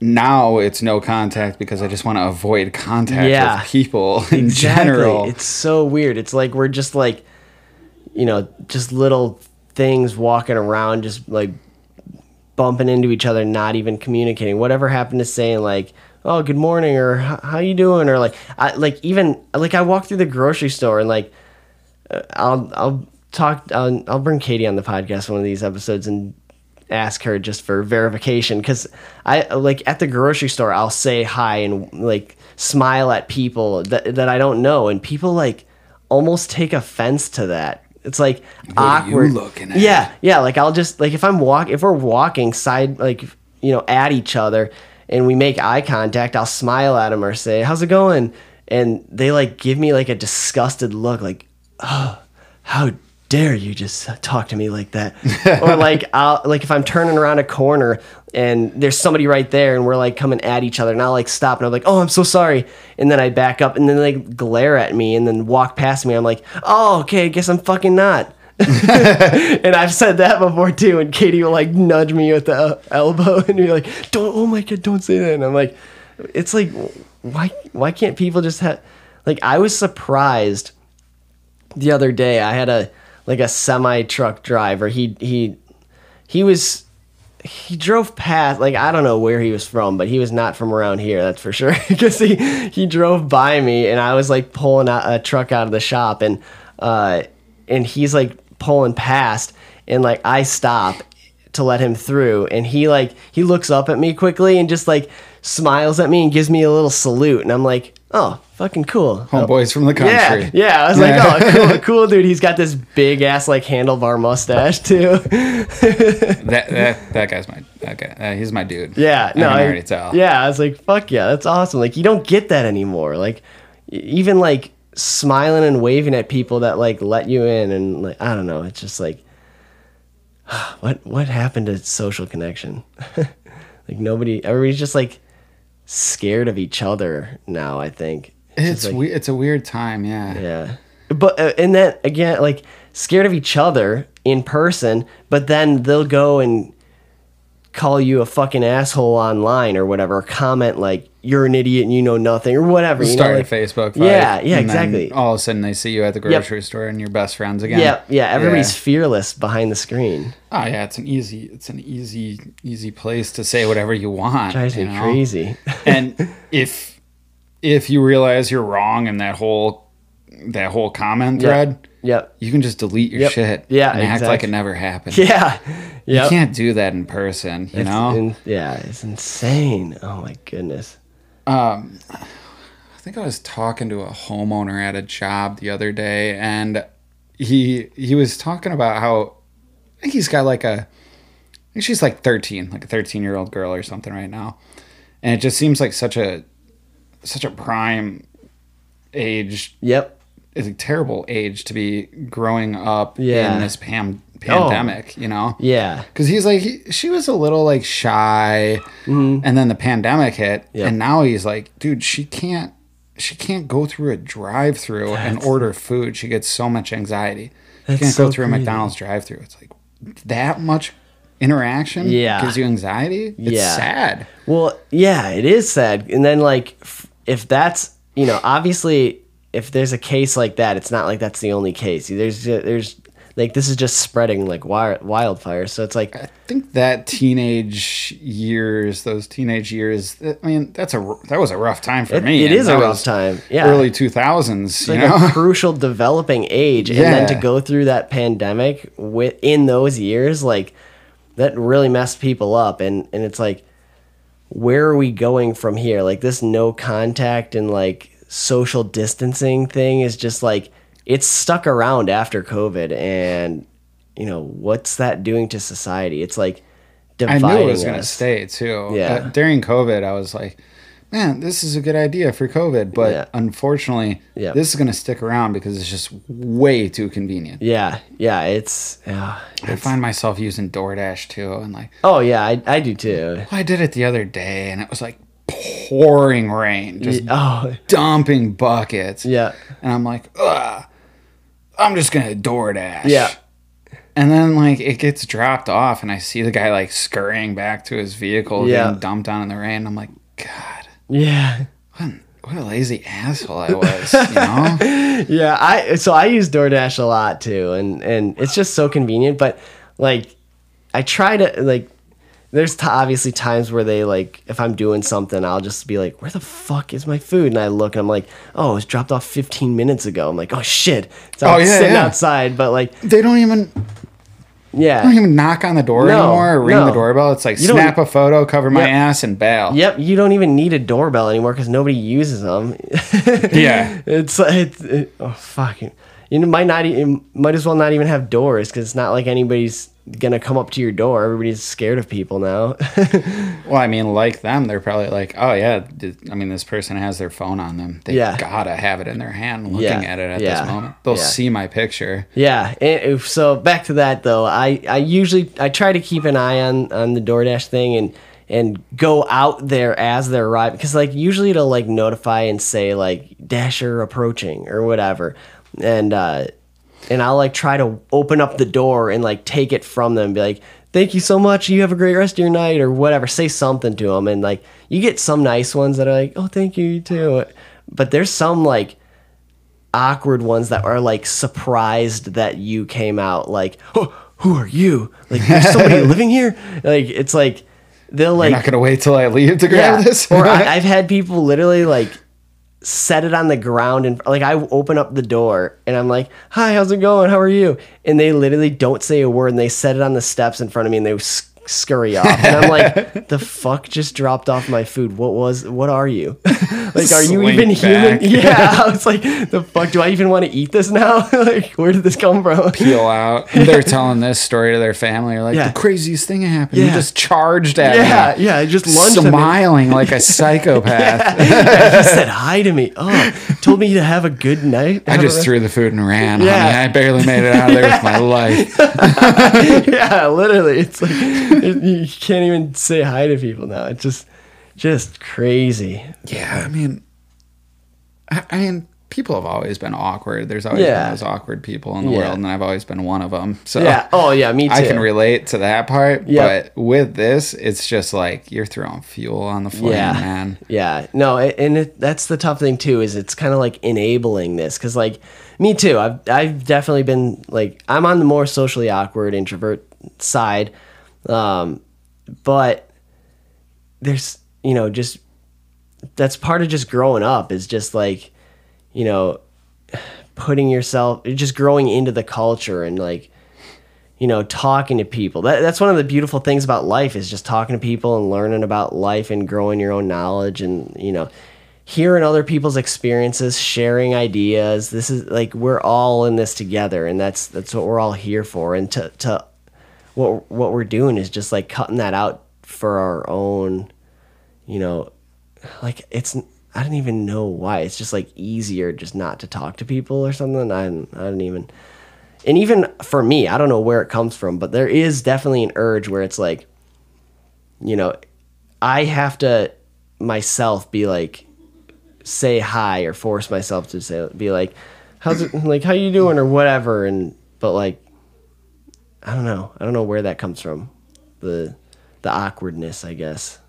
now it's no contact because I just want to avoid contact Yeah. with people [laughs] in Exactly. general. It's so weird. It's like we're just like, you know, just little things walking around, just like bumping into each other, not even communicating. Whatever happened to saying like, "Oh, good morning," or "H- "How you doing," or like, I like even like I walk through the grocery store and like, uh, I'll I'll talk I'll, I'll bring Katie on the podcast one of these episodes and ask her just for verification because I like at the grocery store I'll say hi and like smile at people that that I don't know and people like almost take offense to that. It's like are you awkward. looking at? Yeah, yeah. Like I'll just like if I'm walk if we're walking side like you know at each other and we make eye contact, I'll smile at them or say how's it going, and they like give me like a disgusted look like how dare you just talk to me like that or like I'll, like if i'm turning around a corner and there's somebody right there and we're like coming at each other and i'll like stop and i'm like oh i'm so sorry and then i back up and then they glare at me and then walk past me i'm like oh okay i guess i'm fucking not and I've said that before too. And Katie will like nudge me with the elbow and be like, "Don't, oh my god, don't say that." And I'm like, "It's like, why, why can't people just have?" Like, I was surprised the other day. I had a like a semi truck driver. He he he was he drove past like I don't know where he was from, but he was not from around here, that's for sure. [laughs] Because he he drove by me and I was like pulling out a truck out of the shop and uh and he's like pulling past and like I stop to let him through and he like he looks up at me quickly and just like smiles at me and gives me a little salute and I'm like, "Oh, fucking cool." Homeboys from the country. Yeah, yeah. I was like, "Oh, [laughs] cool, cool dude. He's got this big ass like handlebar mustache [laughs] too." That, that that guy's my that guy. Uh, he's my dude. Yeah, I no, can I- already tell. Yeah, I was like, fuck yeah, that's awesome. Like you don't get that anymore. Like e- even like smiling and waving at people that like let you in and like I don't know, it's just like [sighs] what what happened to social connection? [laughs] like nobody everybody's just like scared of each other now, I think. it's just like- we, it's a weird time. Yeah. yeah. But uh, and then again, like scared of each other in person, but then they'll go and call you a fucking asshole online or whatever, or comment like you're an idiot and you know nothing or whatever. You know, Start like- a Facebook. Fight, Yeah, yeah, and then exactly. all of a sudden, they see you at the grocery store and you're best friends again. Yeah, yeah. Everybody's Yeah. fearless behind the screen. Oh yeah, it's an easy, it's an easy, easy place to say whatever you want. Drives you me know? crazy. [laughs] and if if you realize you're wrong in that whole that whole comment thread, Yep. you can just delete your Yep. shit. Yeah, and act like exactly. it [laughs] never happened. Yeah. You Yep. can't do that in person. You It's know. in- yeah, it's insane. Oh my goodness. um, I think I was talking to a homeowner at a job the other day, and he he was talking about how I think he's got like a I think she's like thirteen, like a thirteen year old girl or something right now, and it just seems like such a such a prime age, Yep. it's a terrible age to be growing up Yeah. in this pam- pandemic, you know? Yeah. because he's like he, she was a little like shy and then the pandemic hit Mm-hmm. Yeah. and now he's like dude she can't she can't go through a drive-through and order food she gets so much anxiety she That's can't so go through a crazy. mcdonald's drive-through it's like that much interaction Yeah. gives you anxiety it's Yeah. sad Well, yeah, it is sad. And then like f- if that's, you know, obviously if there's a case like that, it's not like that's the only case. There's there's like this is just spreading like wire, wildfire. So it's like i think that teenage years those teenage years i mean that's a r- that was a rough time for It- me it and is a that rough was time. Yeah. early 2000s you like know [laughs] a crucial developing age and then to Yeah. go through that pandemic with in those years like that really messed people up and and it's like where are we going from here like this no contact and like social distancing thing is just like it's stuck around after covid and you know what's that doing to society it's like I dividing knew it was going to us stay too. Yeah. Uh, during COVID, I was like, man, this is a good idea for COVID. But Yeah. unfortunately, Yeah. this is going to stick around because it's just way too convenient. yeah yeah it's yeah. I find myself using DoorDash too. And like, oh yeah I, I do too I did it the other day and it was like pouring rain, just oh dumping buckets. yeah And I'm like, ugh, I'm just going to DoorDash. Yeah. And then like it gets dropped off and I see the guy like scurrying back to his vehicle Yeah. getting dumped on in the rain. I'm like, God. yeah what, an- what a lazy asshole I was, [laughs] you know? Yeah, I so I use DoorDash a lot too, and and it's just so convenient. But like, I try to like. There's t- obviously times where they like, if I'm doing something, I'll just be like, "Where the fuck is my food?" And I look, and I'm like, "Oh, it was dropped off 15 minutes ago." I'm like, "Oh shit!" So Oh, I'm yeah, sitting yeah. outside, but like, they don't even yeah, [laughs] don't even knock on the door No, anymore or ring no. the doorbell. It's like You don't- e- snap a photo, cover my Yep. ass, and bail. yep. You don't even need a doorbell anymore because nobody uses [laughs] them. [laughs] Yeah. It's it's it, oh fucking. You know, might not e- might as well not even have doors because it's not like anybody's gonna come up to your door. Everybody's scared of people now. [laughs] Well, I mean, like them, they're probably like, oh yeah. th- I mean, this person has their phone on them. They Yeah. gotta have it in their hand, looking Yeah, at it at yeah, this moment. They'll yeah. see [laughs] my picture. yeah. and- so back to that though. I I usually I try to keep an eye on on the DoorDash thing and and go out there as they're arriving because like usually it'll like notify and say like Dasher approaching or whatever, and uh and I'll like try to open up the door and like take it from them, and be like, "Thank you so much. You have a great rest of your night," or whatever. Say something to them, and like you get some nice ones that are like, "Oh, thank you, you too," but there's some like awkward ones that are like surprised that you came out. Like, oh, who are you? Like, there's somebody living here. Like, it's like they'll like I'm not gonna wait till I leave to grab yeah. this. or I, I've had people literally like set it on the ground and like I open up the door and I'm like, "Hi, how's it going? How are you?" And they literally don't say a word and they set it on the steps in front of me and they s- scurry off. And I'm [laughs] like, "The fuck just dropped off my food? What was? What are [laughs] you? like, are you Slink even human?" [laughs] back. Yeah, I was like, "The fuck? Do I even want to eat this now? [laughs] like, where did this come from?" [laughs] Peel out. [laughs] They're telling this story to their family. They're like, Yeah. the craziest thing happened. You Yeah. just charged at Yeah, me. yeah, I just lunged at me. Smiling like a psychopath. [laughs] He said hi to me. Oh, told me to have a good night. I Have a just [laughs] rest- threw the food and ran. Yeah. Honey. I barely made it out of there with [laughs] my [laughs] life. yeah, literally. It's like you can't even say hi to people now. It's just just crazy. Yeah, I mean, I, I mean, people have always been awkward. There's always Yeah. been those awkward people in the Yeah. world, and I've always been one of them. So [laughs] Yeah. Oh yeah, me too. I can relate to that part. Yeah. But with this, it's just like you're throwing fuel on the flame, yeah. man. Yeah. No, a- and it, that's the tough thing too is it's kind of like enabling this cuz like me too. I've I've definitely been like I'm on the more socially awkward introvert side. Um but there's, you know, just that's part of just growing up is just like, you know, [sighs] putting yourself just growing into the culture and like you know, talking to people. That, that's one of the beautiful things about life is just talking to people and learning about life and growing your own knowledge and, you know, hearing other people's experiences, sharing ideas. This is like we're all in this together and that's that's what we're all here for and to to what what we're doing is just like cutting that out for our own, you know, like it's I don't even know why. It's just like easier just not to talk to people or something. I don't, I don't even and even for me, I don't know where it comes from, but there is definitely an urge where it's like, you know, I have to myself be like, say hi or force myself to say, be like, how's it, like, how you doing or whatever. And, but like, I don't know. I don't know where that comes from. The, the awkwardness, I guess.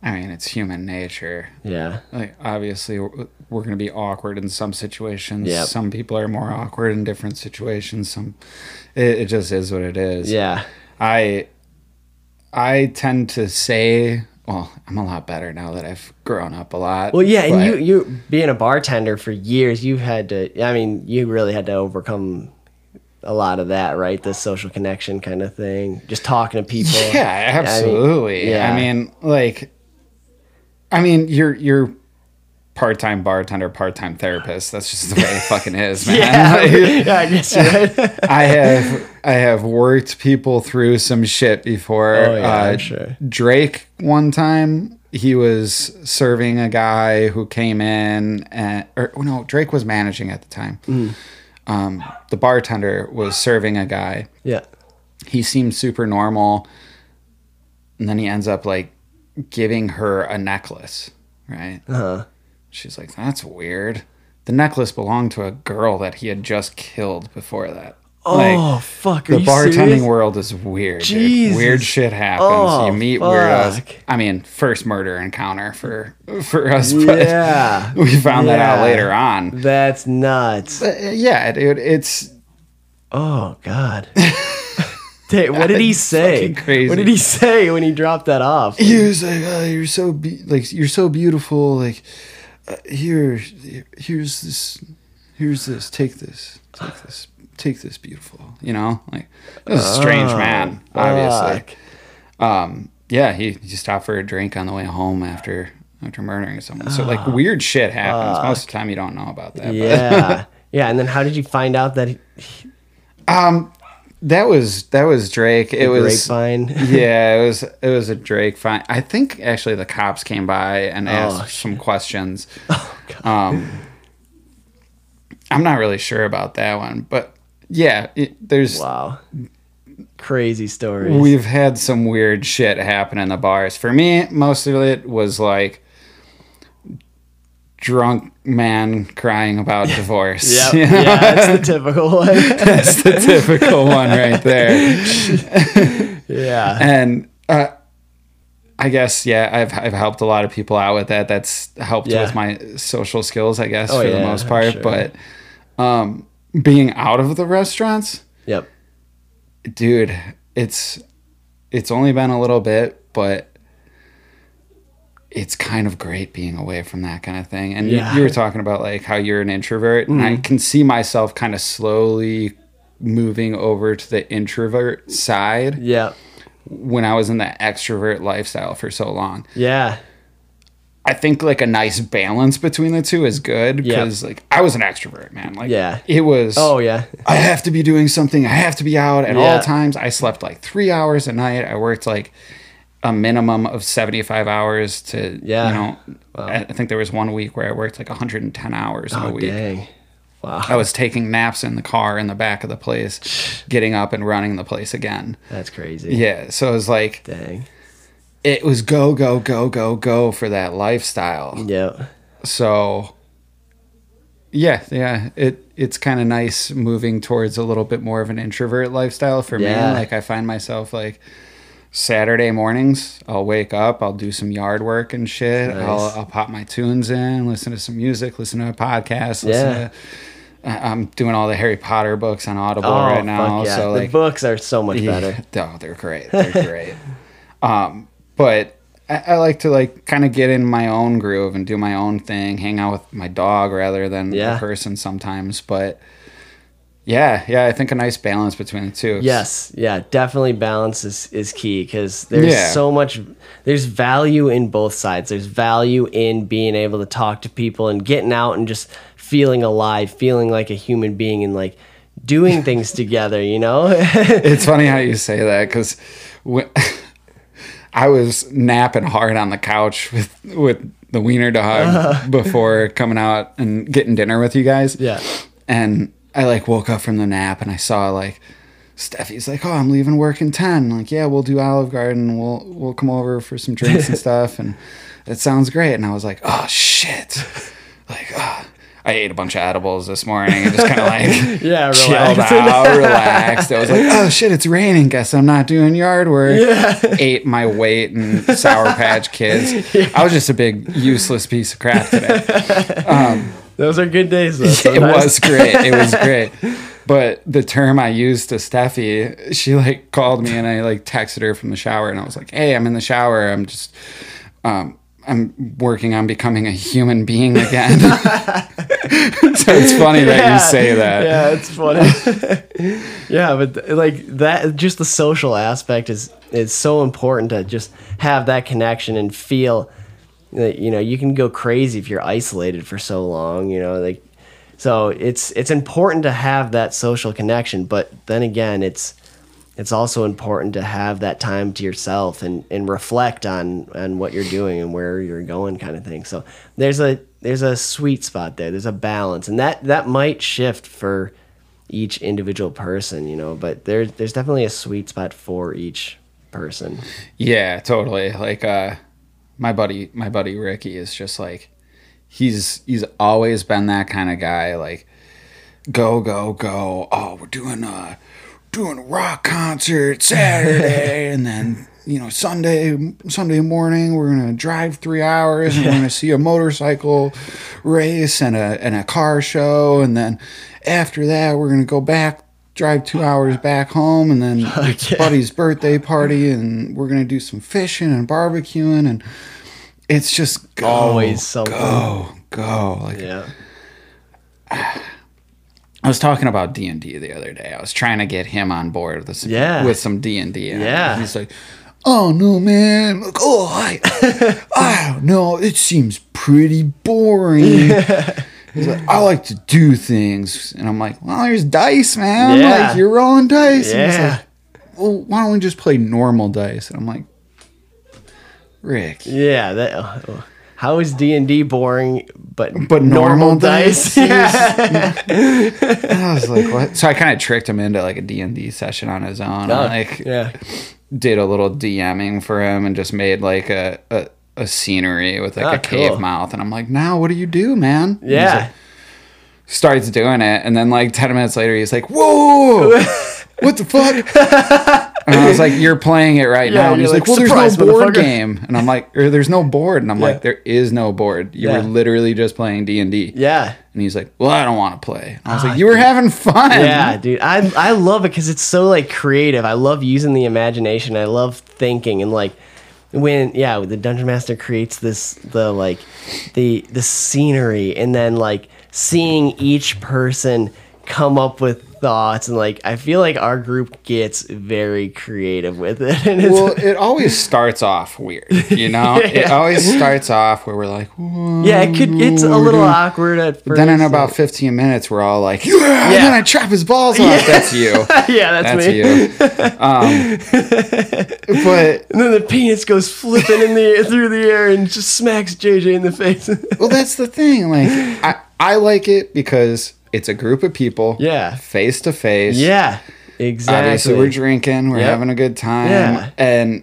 I mean, it's human nature. Yeah. Like, obviously, we're going to be awkward in some situations. Yep. Some people are more awkward in different situations. Some, it, it just is what it is. Yeah. I I tend to say, well, I'm a lot better now that I've grown up a lot. Well, yeah, and but you you being a bartender for years, you've had to. I mean, you really had to overcome a lot of that, right? The social connection kind of thing, just talking to people. [laughs] [laughs] Yeah, absolutely. yeah. I mean, like I mean, you're you're part-time bartender, part-time therapist. That's just the way it fucking [laughs] is, man. yeah, [laughs] [laughs] Like, yeah, I guess you're right. [laughs] I have I have worked people through some shit before. Oh, yeah, uh, I'm sure. Drake one time he was serving a guy who came in and or oh, no Drake was managing at the time. Mm. Um, the bartender was serving a guy. yeah, He seemed super normal, and then he ends up like giving her a necklace. Right? uh-huh. She's like, "That's weird." The necklace belonged to a girl that he had just killed before that. Oh Like, fuck, are the you bartending serious? world is weird. dude. Jesus. Weird shit happens. Oh, you meet fuck. weirdos. I mean, first murder encounter for for us, but Yeah, [laughs] we found that Yeah. out later on. that's nuts. But, uh, yeah, dude, it's Oh [laughs] god. Dang, what did he say? fucking crazy. What did he say when he dropped that off? he was like, oh, "You're so be- like you're so beautiful." Like uh, here, here's this, here's this. Take this, take this, take this. Beautiful, you know, like this is a strange man, obviously. Oh, Fuck. um yeah he, he stopped for a drink on the way home after after murdering someone so like weird shit happens most of the time you don't know about that Ah, Yeah, yeah. And then how did you find out that? He, but um [laughs] that was that was drake it was grapevine. [laughs] yeah it was it was a drake find i think actually the cops came by Oh, and asked some questions [laughs] um i'm not really sure about that one but yeah it, there's Wow. Crazy stories. We've had some weird shit happen in the bars. For me, most of it was like drunk man crying [laughs] about divorce. [laughs] Yep. yeah, that's the typical one. That's the typical one [laughs] right there. Yeah. And uh, I guess yeah, I've I've helped a lot of people out with that. That's helped Yeah. with my social skills, I guess, Oh, for yeah, the most I'm part. sure. But um, being out of the restaurants, Yep. dude, it's it's only been a little bit, but it's kind of great being away from that kind of thing. And you- Yeah. Mm-hmm. you, were talking about like how you're an introvert, and I can see myself kind of slowly moving over to the introvert side Yep. when I was in the extrovert lifestyle for so long. Yeah. I think like a nice balance between the two is good Yeah. because like I was an extrovert, man. Like Yeah. it was Oh yeah. I have to be doing something. I have to be out at Yeah. all times. I slept like three hours a night. I worked like a minimum of 75 hours to, Yeah. you know, I I think there was one week where I worked like 110 hours in a Oh week. dang. I was taking naps in the car in the back of the place, getting up and running the place again. That's crazy. Yeah. So it was like, Dang. it was go, go, go, go, go for that lifestyle. Yep. So yeah, yeah, it it's kind of nice moving towards a little bit more of an introvert lifestyle for Yeah. me. Like I find myself like Saturday mornings, I'll wake up, I'll do some yard work and shit. Nice. I'll I'll pop my tunes in, listen to some music, listen to a podcast, listen Yeah. to I- I'm doing all the Harry Potter books on Audible Oh right now. fuck yeah. So like the books are so much [laughs] better. yeah, no, they're great. They're great. [laughs] Um, but I, I like to like kind of get in my own groove and do my own thing, hang out with my dog rather than Yeah. the person sometimes. But yeah, yeah, I think a nice balance between the two. Yes, yeah, definitely balance is, is key because there's Yeah. so much there's value in both sides. There's value in being able to talk to people and getting out and just feeling alive, feeling like a human being and like doing [laughs] things together, you know? [laughs] It's funny how you say that because [laughs] I was napping hard on the couch with with the wiener [laughs] dog before coming out and getting dinner with you guys. Uh-huh. Yeah. And I like woke up from the nap and I saw like Steffi's like, oh, I'm leaving work in ten. Like, yeah, we'll do Olive Garden. We'll we'll come over for [laughs] some drinks and stuff. And it sounds great. And I was like, oh shit, like. ah. I ate a bunch of edibles this morning and just kind of [laughs] like [laughs] Yeah, chilled relaxed. out, relaxed. I "Oh, was like, oh shit, it's raining. Guess I'm not doing yard work. Ate my weight and Sour [laughs] Patch Kids. I was just a big useless piece of crap today. Those are good days though. it sometimes. was great. [laughs] It was great. But the term I used to Steffi, she like called me and I like texted her from the shower and I was like, hey, I'm in the shower. I'm just, um, I'm working on becoming a human being again. [laughs] so it's funny that you say that. Yeah, it's funny. [laughs] yeah, but like that, just the social aspect is is so important to just have that connection and feel that you know you can go crazy if you're isolated for so long. You know, like so it's it's important to have that social connection, but then again, it's it's also important to have that time to yourself and, and reflect on, on what you're doing and where you're going kind of thing. So there's a there's a sweet spot there. There's a balance. And that, that might shift for each individual person, you know, but there there's definitely a sweet spot for each person. Yeah, totally. Like uh my buddy my buddy Ricky is just like he's he's always been that kind of guy like go go go. Oh, we're doing a doing a rock [laughs] concert Saturday and then you know Sunday Sunday morning we're going to drive 3 hours and we're going to see a motorcycle race and a and a car show and then after that we're going to go back drive 2 hours back home [laughs] and then it's buddy's birthday party and we're going to do some fishing and barbecuing and it's just go, Always something. go Oh, go like Yeah. I was talking about D and D the other day. I was trying to get him on board with some Yeah. with some D and D. Yeah. he's like, "Oh no, man! Like, oh, [laughs] I, I don't know. It seems pretty [laughs] boring." He's like, "I like to do things," and I'm like, "Well, there's dice, man. Yeah. Like you're rolling dice." And he's Yeah. like, "Well, why don't we just play normal dice?" And I'm like, "Rick, Yeah. That, oh, oh. How is D and D boring, but But normal [laughs] dice? yeah. I was like, what?" So I kind of tricked him into like a D and D session on his own. I'm like, yeah. did a little DMing for him and just made like a, a, a scenery with like a Ah, cool. cave mouth, and I'm like, now what do you do, man? And he's Yeah. like- starts doing it, and then like ten minutes later, he's like, whoa. [laughs] What the fuck? and I was like, "You're playing it [laughs] right Yeah, now." And you're he's like, like, "Well, "Surprise, there's no motherfucker." board game," and I'm like, or, "There's no board," and I'm like, "There is no board. You Yeah. were literally just playing D and D." yeah. And he's like, "Well, I don't want to play." And I was like, "You were having fun." Ah, [laughs] Yeah, dude. I I love it because it's so like creative. I love using the imagination. I love thinking and like when yeah, the dungeon master creates this the like the the scenery and then like seeing each person come up with thoughts and like I feel like our group gets very creative with it. [laughs] And it's, Well, it always starts off weird, [laughs] you know. It always starts off where we're like, "Whoa." yeah, it could. It's a little awkward at first. Then in about 15 minutes, we're all like, "Yeah!" And Yeah. then I chop his balls off. That's you. [laughs] yeah, [laughs] that's, That's me. you. Um, but [laughs] And then the penis goes flipping in the through the air and just smacks JJ in the face. [laughs] well that's the thing like I, I like it because it's a group of people Yeah. face to face yeah, exactly. obviously we're drinking we're Yep. having a good time Yeah. and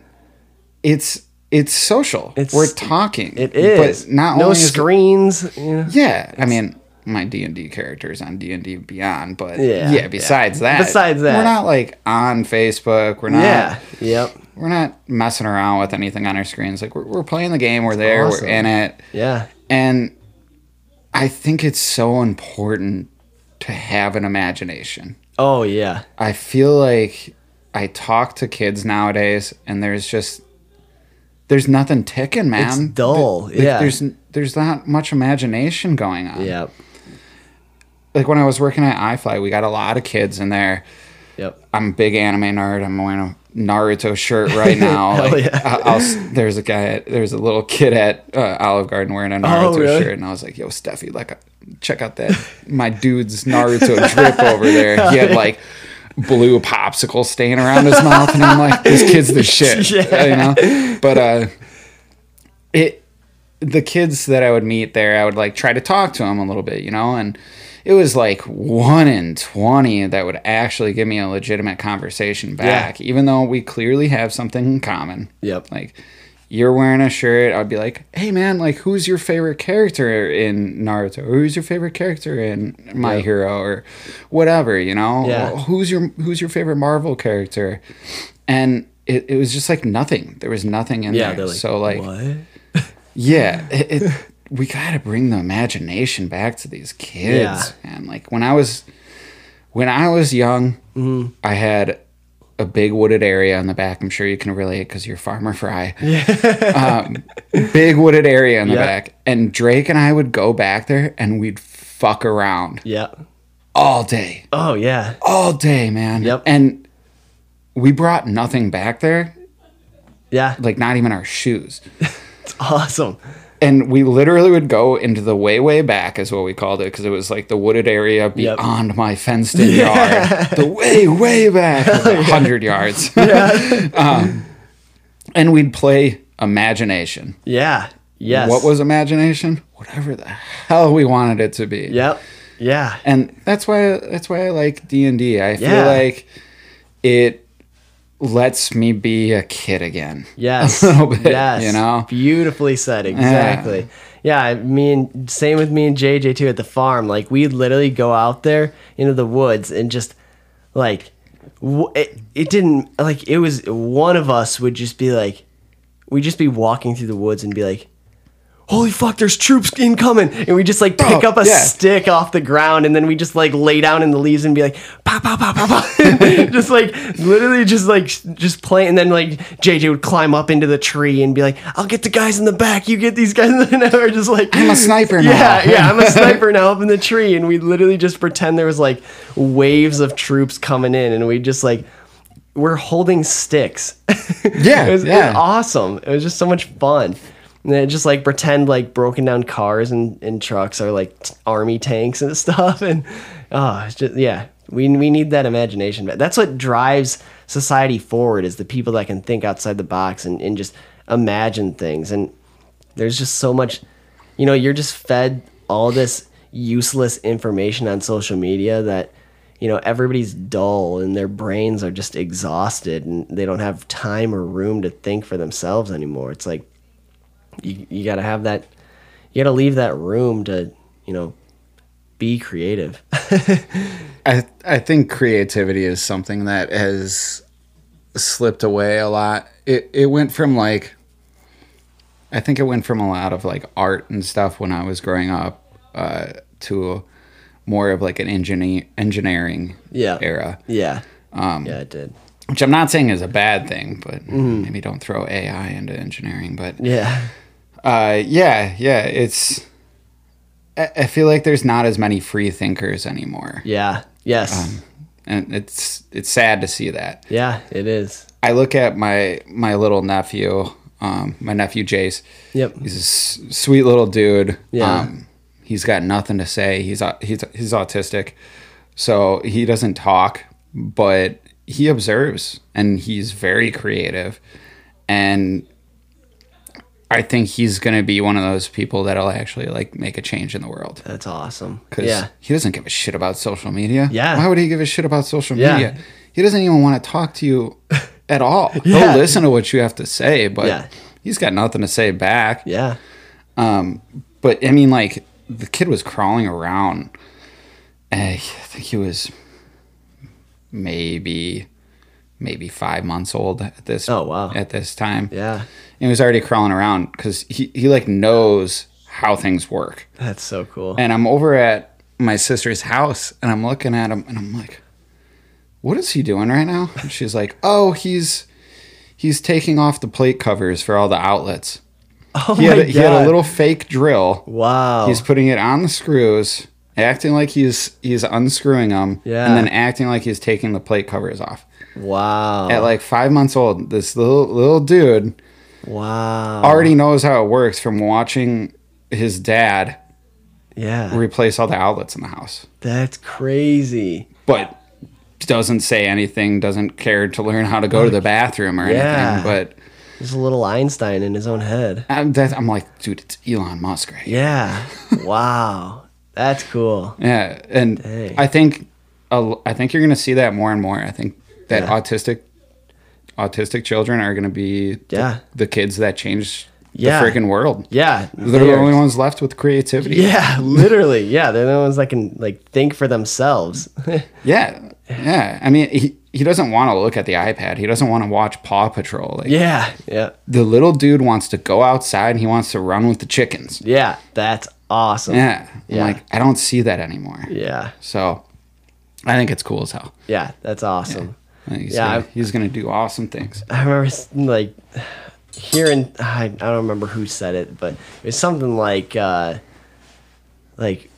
it's it's social It's- we're talking It is. but not no only is it- screens. you know? yeah i mean my d&d characters on d&d beyond but Yeah, yeah, yeah. besides that Besides that. we're not like on facebook we're not Yeah. Yep. we're not messing around with anything on our screens like we're, we're playing the game we're there awesome. we're in it Yeah. and I think it's so important to have an imagination. Oh yeah. I feel like I talk to kids nowadays and there's just there's nothing ticking, man. It's dull, Th- th- yeah. There's there's not much imagination going on. Yep. Like when I was working at iFly, we got a lot of kids in there. Yep. I'm a big anime nerd. I'm wearing a Naruto shirt right [laughs] now. Hell like, yeah. I, I'll s- there's a guy, at, there's a little kid at uh, Olive Garden wearing a Naruto Oh, really? shirt, and I was like, "Yo, Steffi, like, uh, check out that my dude's Naruto drip over [laughs] Oh, there." He had like blue popsicle stain around his mouth, and I'm like, "This kid's [laughs] the shit," you know. But uh, it the kids that I would meet there, I would like try to talk to them a little bit, you know, and it was like one in 20 that would actually give me a legitimate conversation back, even though we clearly have something in common. Yep. Like, you're wearing a shirt, I'd be like, hey man, like, who's your favorite character in Naruto? Or who's your favorite character in My Hero? Or whatever, you know? Yeah. Who's your who's your favorite Marvel character? And it, it was just like nothing. There was nothing in Yeah. there. They're like. so like What? yeah, it, it, we gotta bring the imagination back to these kids. And like when I was when I was young, I had a big wooded area in the back. I'm sure you can relate because you're Farmer Fry. Yeah. um, big wooded area in the Yeah. back, and Drake and I would go back there and we'd fuck around Yep. all day, Oh yeah. all day, man. Yep. And we brought nothing back there, Yeah. [laughs] like not even our shoes. It's awesome. and we literally would go into the way way back is what we called it because it was like the wooded area beyond my [laughs] fenced in yard the way way back like 100 [laughs] yards [laughs] um, and we'd play imagination Yeah. Yes. what was imagination whatever the hell we wanted it to be Yep. Yeah. and that's why that's why i like d&d i feel Yeah. like it lets me be a kid again [laughs] Yes. little bit, yes. you know? Beautifully said. Exactly. Yeah. I mean, same with me and JJ too at the farm. Like we literally go out there into the woods and just like w- it, it didn't like it was one of us would just be like we'd just be walking through the woods and be like holy fuck there's troops incoming and we just like pick Oh, up a yeah. stick off the ground and then we just like lay down in the leaves and be like pow pow pow pow [laughs] pow just like literally just like just play and then like JJ would climb up into the tree and be like I'll get the guys in the back [laughs] you get these guys in the or just like i'm a sniper [laughs] now yeah, yeah, [laughs] I'm a sniper now up in the tree, and we literally just pretend there was like waves of troops coming in, and we just like we're holding sticks. [laughs] yeah, it, was, it yeah. was awesome. It was just so much fun. And then just like pretend like broken down cars and, and trucks are like t- army tanks and [laughs] stuff, and oh, it's just yeah. We, we need that imagination. But That's what drives society forward is the people that can think outside the box and, and just imagine things. And there's just so much you know you're just fed all this useless information on social media that you know everybody's dull and their brains are just exhausted and they don't have time or room to think for themselves anymore it's like you, you got to have that, you got to leave that room to, you know, be creative. [laughs] I I think creativity is something that has slipped away a lot. It it went from like I think it went from a lot of like art and stuff when I was growing up uh, to more of like an engineer engineering Yeah. era, yeah. yeah, it did. which I'm not saying is a bad thing, but Mm-hmm. maybe don't throw AI into engineering. But Yeah. uh, yeah, yeah, it's. I I feel like there's not as many free thinkers anymore, Yeah. Yes. and it's it's sad to see that. yeah, it is. I look at my my little nephew, um, my nephew Jace. Yep. He's a s- sweet little dude. Yeah. Um, he's got nothing to say. He's au- he's he's autistic, so he doesn't talk, but he observes, and he's very creative, and. I think he's gonna be one of those people that'll actually like make a change in the world That's awesome. because Yeah. he doesn't give a shit about social media. Yeah. Why would he give a shit about social Yeah. media? He doesn't even want to talk to [laughs] you at all. Yeah. He'll listen to what you have to say, but Yeah. he's got nothing to say back. Yeah. But I mean, like, the kid was crawling around. and I think he was maybe maybe five months old at this Oh, wow. at this time Yeah. and he was already crawling around because he, he like knows how things work That's so cool. and I'm over at my sister's house and I'm looking at him and I'm like, what is he doing right now? And she's like, oh, he's he's taking off the plate covers for all the outlets. [laughs] Oh He, my had, a, god. he had a little fake drill. wow. He's putting it on the screws, acting like he's he's unscrewing them, Yeah. and then acting like he's taking the plate covers off. wow. At like five months old, this little little dude wow. already knows how it works from watching his dad yeah. replace all the outlets in the house. That's crazy. but doesn't say anything, doesn't care to learn how to go to the bathroom or Yeah. anything. But There's a little Einstein in his own head. I'm, that, I'm like, dude, it's Elon Musk, right? [laughs] Yeah. wow. That's cool. Yeah, and Dang. I think a l- I think you're gonna see that more and more. I think that autistic autistic children are gonna be the, Yeah. the kids that change Yeah. the freaking world. Yeah. They're the only ones left with creativity. Yeah, literally. Yeah, they're the ones that can like think for [laughs] themselves. [laughs] yeah, yeah. I mean, he, he doesn't want to look at the iPad. He doesn't want to watch Paw Patrol. Like, yeah. Yeah. The little dude wants to go outside and he wants to run with the chickens. Yeah. That's awesome. Yeah. I'm Yeah. like, I don't see that anymore. Yeah. So I think it's cool as hell. Yeah, that's awesome. I think He's, Yeah, gonna, I've- he's gonna do awesome things. I remember like hearing I, I don't remember who said it, but it was something like uh like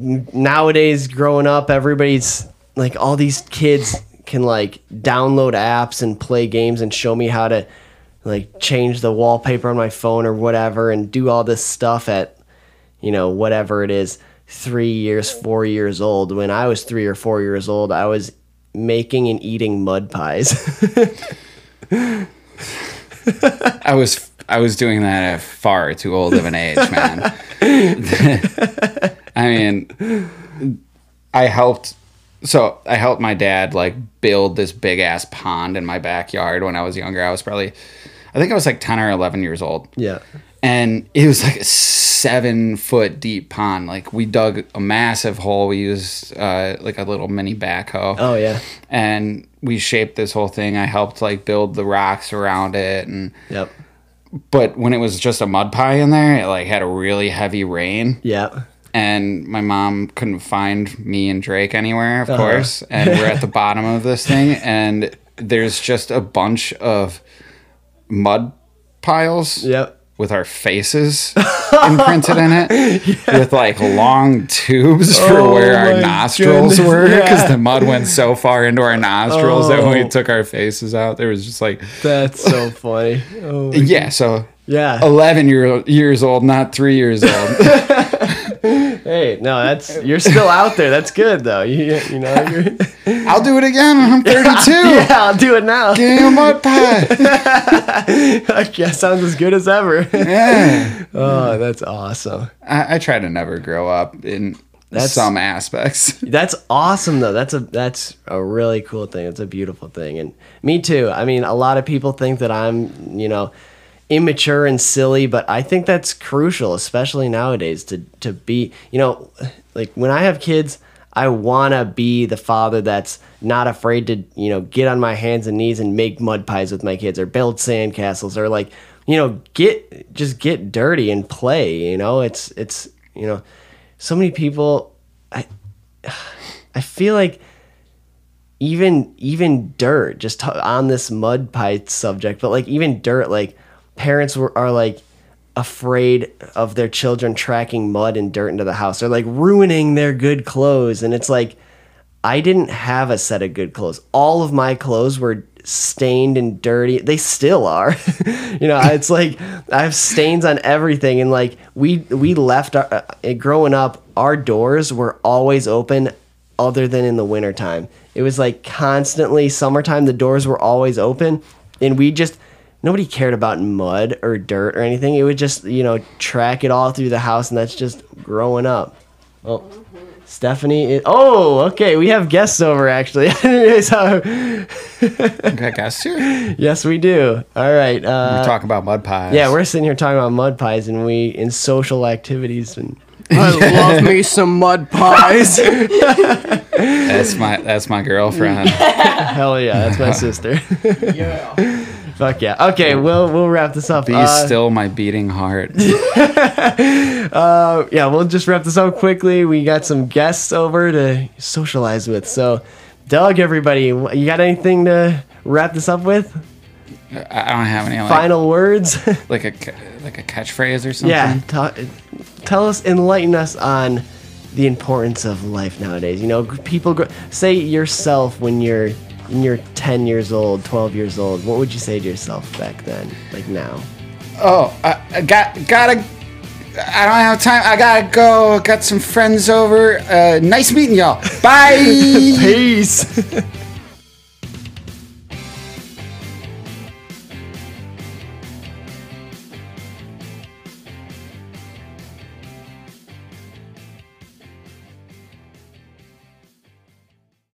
n- nowadays growing up everybody's like all these kids can like download apps and play games and show me how to like change the wallpaper on my phone or whatever and do all this stuff at you know, whatever it is, three years, four years old. When I was three or four years old, I was making and eating mud pies. [laughs] I was I was doing that at far too old of an [laughs] age, man. I mean, I helped. So I helped my dad like build this big ass pond in my backyard when I was younger. I was probably, I think I was like ten or eleven years old. yeah. and it was like a seven foot deep pond. Like we dug a massive hole. We used uh, like a little mini backhoe. Oh, yeah. and we shaped this whole thing. I helped like build the rocks around it, and Yep. but when it was just a mud pie in there, it like had a really heavy rain, Yep. and my mom couldn't find me and Drake anywhere, of Uh-huh. course. And we're [laughs] at the bottom of this thing, and there's just a bunch of mud piles Yep. with our [laughs] faces imprinted in it with like long tubes for Oh where our my nostrils goodness, were because yeah. the mud went so far into our nostrils that when Oh. we took our faces out there was just like That's [laughs] so funny. Oh, yeah so yeah. 11 year, years old not 3 years [laughs] old Hey, no, that's you're still out there. That's good though. You, you know. [laughs] You're, I'll do it again when I'm 32 yeah, I'll do it now. [laughs] Give me a mud pie. I guess sounds as good as [laughs] ever. Yeah. oh, that's awesome. I, I try to never grow up in That's- some aspects. [laughs] That's awesome though. That's a that's a really cool thing. It's a beautiful thing. And me too. I mean, a lot of people think that I'm, you know, immature and silly, but I think that's crucial, especially nowadays, to to be you know, like when I have kids, I wanna be the father that's not afraid to, you know, get on my hands and knees and make mud pies with my kids or build sandcastles or like, you know, get just get dirty and play, you know? It's it's you know, so many people I I feel like even even dirt just t- on this mud pie subject but like even dirt like parents were, are like afraid of their children tracking mud and dirt into the house they're like ruining their good clothes and it's like i didn't have a set of good clothes all of my clothes were stained and dirty they still are [laughs] you know it's like i have stains on everything and like we we left our uh, growing up our doors were always open other than in the wintertime. It was like constantly summertime, the doors were always open, and we just nobody cared about mud or dirt or anything. It would just, you know, track it all through the house, and that's just growing up. Oh, Stephanie. Is, oh, okay. We have guests over actually. [laughs] I didn't realize how- I guess here. yes, we do. All right. We Uh, talk about mud pies. yeah, we're sitting here talking about mud pies and we in social activities and I love me some mud pies. that's my that's my girlfriend. hell yeah, that's my sister. [laughs] yeah. Fuck yeah. Okay, we'll we'll wrap this up. Be Uh, still my [laughs] beating heart. yeah, we'll just wrap this up quickly. We got some guests over to socialize with. So, Doug, everybody, wh- you got anything to wrap this up with? I I don't have any like, Final words? [laughs] like a ca- like a catchphrase or something. yeah, ta- tell us, enlighten us on the importance of life nowadays. You know, g- people gr- say yourself when you're when you're 10 years old, 12 years old. What would you say to yourself back then, like now? Oh, I, I got gotta. I don't have time. I gotta [laughs] go. Got some friends over. Uh, nice meeting y'all. Bye. Peace.